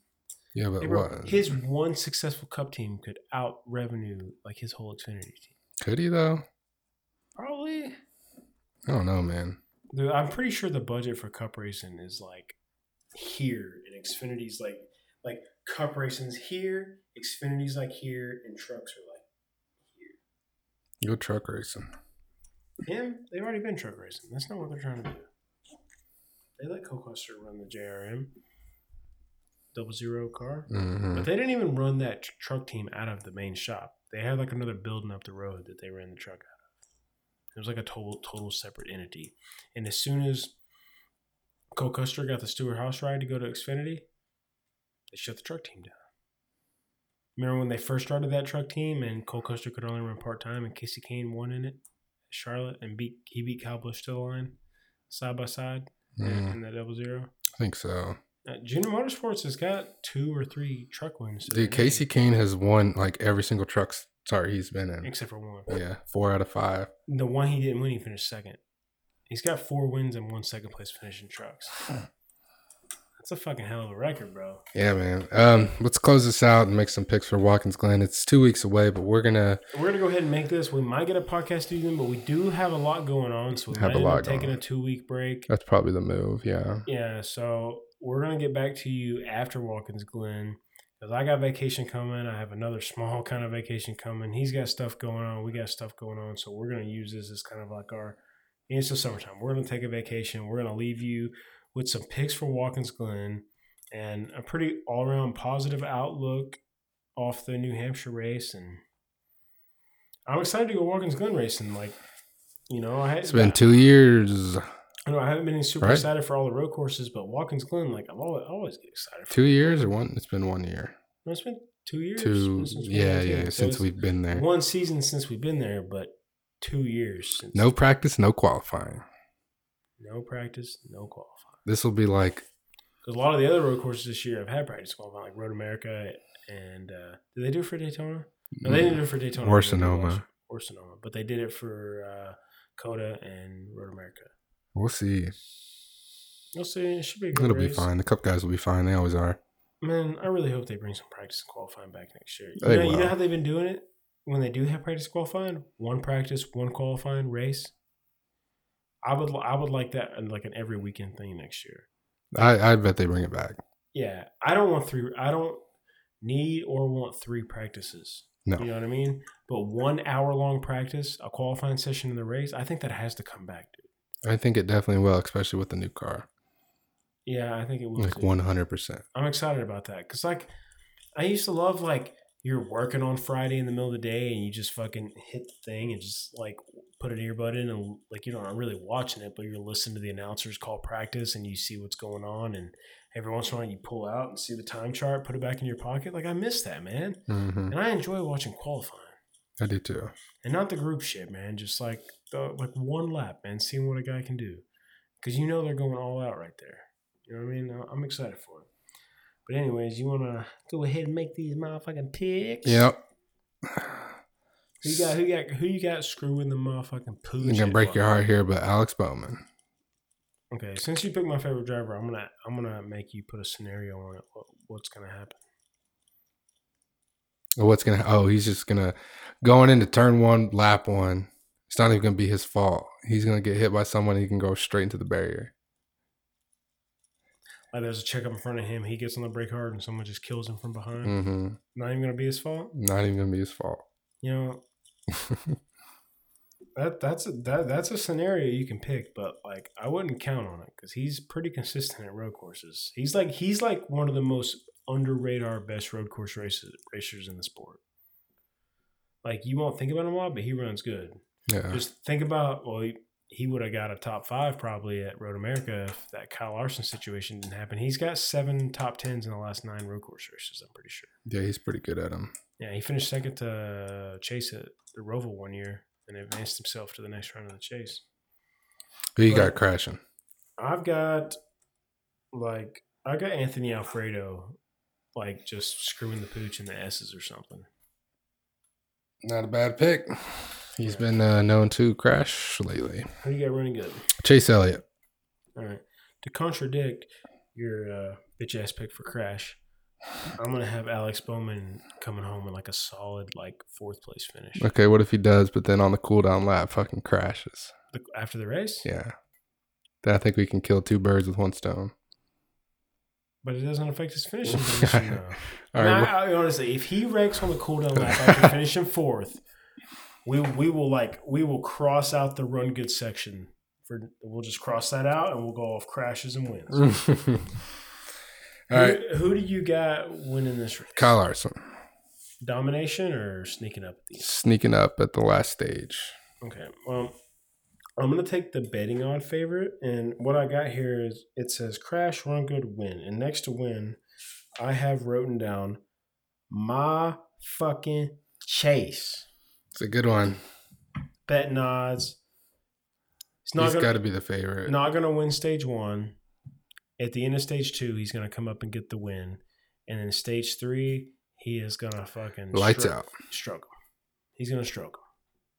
S2: yeah, but
S1: Hey, bro,
S2: what?
S1: his one successful cup team could out revenue like his whole Xfinity team.
S2: Could he though?
S1: Probably.
S2: I don't know, man.
S1: Dude, I'm pretty sure the budget for cup racing is like here, and Xfinity's like like cup racing's here, Xfinity's like here, and trucks are
S2: Go truck racing.
S1: like him. They've already been truck racing. That's not what they're trying to do. They let Coquester run the JRM double zero car.
S2: hmm
S1: But they didn't even run that tr- truck team out of the main shop. They had like another building up the road that they ran the truck out of. It was like a total, total separate entity. And as soon as Cole Custer got the Stewart House ride to go to Xfinity, they shut the truck team down. Remember when they first started that truck team and Cole Custer could only run part time and Casey Kane won in it, Charlotte, and beat he beat Kyle Busch to the line side by side in,
S2: Mm,
S1: in that double zero.
S2: I think so.
S1: Uh, Junior Motorsports has got two or three truck wins. to their
S2: Dude,
S1: name.
S2: Casey Kane has won like every single truck s- sorry he's been in.
S1: except for one.
S2: Yeah, four out of five.
S1: The one he didn't win, he finished second. He's got four wins and one second place finish in trucks. That's a fucking hell of a record, bro.
S2: Yeah, man. Um, let's close this out and make some picks for Watkins Glen. It's two weeks away, but we're gonna
S1: We're gonna go ahead and make this. We might get a podcast to them, but we do have a lot going on, so we
S2: Have
S1: might
S2: a
S1: end
S2: lot
S1: up taking
S2: going
S1: a
S2: on.
S1: two week break.
S2: that's probably the move, yeah.
S1: Yeah, so we're gonna get back to you after Watkins Glen because I got vacation coming. I have another small kind of vacation coming. He's got stuff going on. We got stuff going on. So we're gonna use this as kind of like our And it's the summertime. We're gonna take a vacation. We're gonna leave you with some picks for Watkins Glen and a pretty all around positive outlook off the New Hampshire race. And I'm excited to go Watkins Glen racing. Like, you know, I,
S2: It's been two years.
S1: I know I haven't been super
S2: Right.
S1: excited for all the road courses, but Watkins Glen, like, I'm always, always get excited. For
S2: Two years or one? It's been one year.
S1: No, it's been two years.
S2: Two.
S1: since we
S2: Yeah,
S1: went there.
S2: yeah.
S1: So
S2: Since
S1: it's
S2: we've been there.
S1: one season since we've been there, but two years. Since
S2: No practice, no qualifying.
S1: no practice, no qualifying.
S2: This will be like
S1: Because a lot of the other road courses this year have had practice qualifying, like Road America, and uh, did they do it for Daytona? No, they didn't do it for Daytona
S2: Or
S1: They did it for
S2: Sonoma.
S1: Las- Or Sonoma, but they did it for uh, Coda and Road America.
S2: We'll see.
S1: We'll see. It should be a good
S2: It'll be
S1: race.
S2: fine. The Cup guys will be fine. They always are.
S1: Man, I really hope they bring some practice and qualifying back next year. You
S2: They
S1: know, you know
S2: will.
S1: how they've been doing it when they do have practice qualifying, one practice, one qualifying race. I would li- I would like that in like an every weekend thing next year.
S2: I, I bet they bring it back.
S1: Yeah, I don't want three. I don't need or want three practices.
S2: No.
S1: You know what I mean? But one hour long practice, a qualifying session in the race, I think that has to come back, dude.
S2: I think it definitely will, especially with the new car.
S1: Yeah, I think it will.
S2: Like
S1: too.
S2: one hundred percent.
S1: I'm excited about that because like I used to love like you're working on Friday in the middle of the day and you just fucking hit the thing and just like put an earbud in and like you're not really watching it but you're listening to the announcers call practice and you see what's going on and every once in a while you pull out and see the time chart put it back in your pocket like I miss that man
S2: hmm
S1: and I enjoy watching qualifying
S2: I do too.
S1: and not the group shit man just like the like one lap man seeing what a guy can do because you know they're going all out right there. You know what I mean? I- I'm excited for it. But anyways, you wanna go ahead and make these motherfucking picks?
S2: Yep.
S1: Who you got? Who you got? Who you got screwing the motherfucking poo?
S2: I'm gonna
S1: shit
S2: break
S1: up?
S2: your heart here, but Alex Bowman.
S1: Okay, since you picked my favorite driver, I'm gonna I'm gonna make you put a scenario on it. What, what's gonna happen?
S2: What's gonna? Oh, he's just gonna going into turn one, lap one. It's not even gonna be his fault. He's gonna get hit by someone. He can go straight into the barrier.
S1: Like there's a chick up in front of him. He gets on the brake hard, and someone just kills him from behind.
S2: hmm
S1: Not even gonna be his fault.
S2: Not even gonna be his fault.
S1: You know. That, that's a that, that's a scenario you can pick, but like I wouldn't count on it because he's pretty consistent at road courses. He's like he's like one of the most under radar best road course races racers in the sport. Like you won't think about him a lot, but he runs good.
S2: yeah.
S1: Just think about well, he, he would have got a top five probably at Road America if that Kyle Larson situation didn't happen. He's got seven top tens in the last nine road course races. I'm pretty sure.
S2: Yeah. He's pretty good at him.
S1: Yeah, he finished second to Chase at the Roval one year and advanced himself to the next round of the Chase.
S2: Who you
S1: Right.
S2: got crashing?
S1: I've got like I got Anthony Alfredo like just screwing the pooch in the S's or something.
S2: Not a bad pick. He's
S1: Yeah.
S2: been uh, known to crash lately.
S1: Who do you got running good?
S2: Chase Elliott.
S1: All right. To contradict your uh, bitch ass pick for Crash, I'm gonna have Alex Bowman coming home with like a solid like fourth place finish
S2: Okay, what if he does, but then on the cooldown lap, fucking crashes?
S1: The- after the race.
S2: Yeah. Then I think we can kill two birds with one stone.
S1: But it doesn't affect his finishing position though.
S2: All
S1: And
S2: right.
S1: I- I- honestly, if he ranks on the cooldown lap after finishing fourth, we we will like we will cross out the run good section for we'll just cross that out and we'll go off crashes and wins.
S2: well- All right.
S1: Who, who do you got winning this race?
S2: Kyle Larson
S1: Domination or sneaking up at the end?
S2: sneaking up at the last stage.
S1: Okay. Well, I'm gonna take the betting odd favorite, and what I got here is it says crash, run good, win, and next to win, I have written down my fucking chase.
S2: It's a good one.
S1: bet nods. It's not
S2: He's got to
S1: gonna,
S2: be the favorite.
S1: not gonna win stage one. At the end of stage two, he's gonna come up and get the win, and then stage three, he is gonna fucking
S2: Lights
S1: stro-
S2: out.
S1: Stroke him. He's gonna stroke him.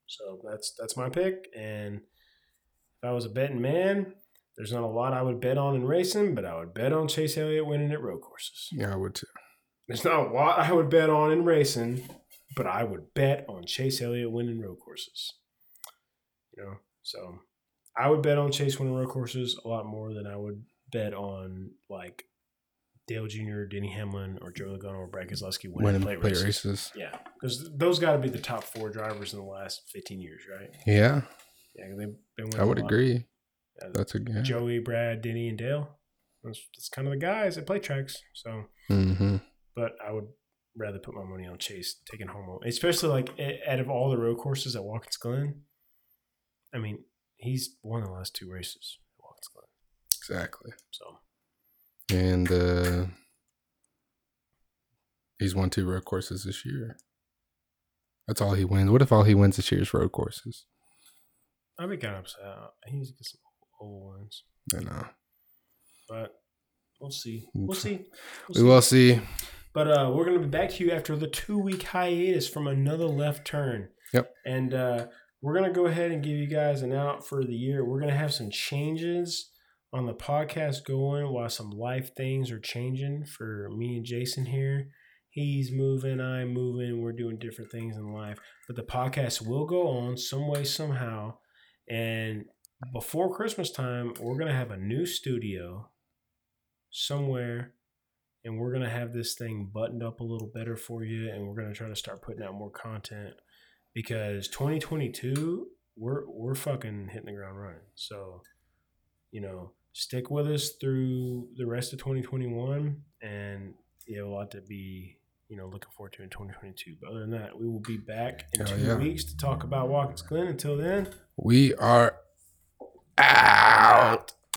S1: So that's that's my pick. And if I was a betting man, there's not a lot I would bet on in racing, but I would bet on Chase Elliott winning at road courses.
S2: Yeah, I would too.
S1: There's not a lot I would bet on in racing, but I would bet on Chase Elliott winning road courses. You know, so I would bet on Chase winning road courses a lot more than I would bet on like Dale Jr., Denny Hamlin, or Joe Logano or Brad Keselowski winning
S2: Winning
S1: plate
S2: plate
S1: races.
S2: races.
S1: Yeah, because those got to be the top four drivers in the last 15 years, right?
S2: Yeah.
S1: Yeah, they've been with
S2: I would agree.
S1: Yeah.
S2: That's a yeah.
S1: Joey, Brad, Denny, and Dale. That's, that's kind of the guys that play tracks. So,
S2: hmm
S1: but I would rather put my money on Chase taking home, especially like a- out of all the road courses at Watkins Glen. I mean, he's won the last two races at Watkins Glen.
S2: Exactly.
S1: So
S2: And uh, he's won two road courses this year. That's all he wins. What if all he wins this year is road courses?
S1: I'd be kind of upset. He needs to get some old ones,
S2: I don't know.
S1: but we'll see. We'll see.
S2: We will see.
S1: But uh, we're going to be back to you after the two week hiatus from another left turn.
S2: Yep.
S1: And uh, we're going to go ahead and give you guys an out for the year. We're going to have some changes on the podcast going while some life things are changing for me and Jason here. He's moving, I'm moving, we're doing different things in life. But the podcast will go on some way, somehow. And before Christmas time, we're going to have a new studio somewhere and we're gonna have this thing buttoned up a little better for you, and we're gonna try to start putting out more content because 2022 we're we're fucking hitting the ground running. So, you know, stick with us through the rest of 2021, and you have a lot to be you know looking forward to in 2022. But other than that, we will be back in
S2: Hell
S1: two
S2: yeah.
S1: weeks to talk about Watkins Glen. Until then.
S2: We are out.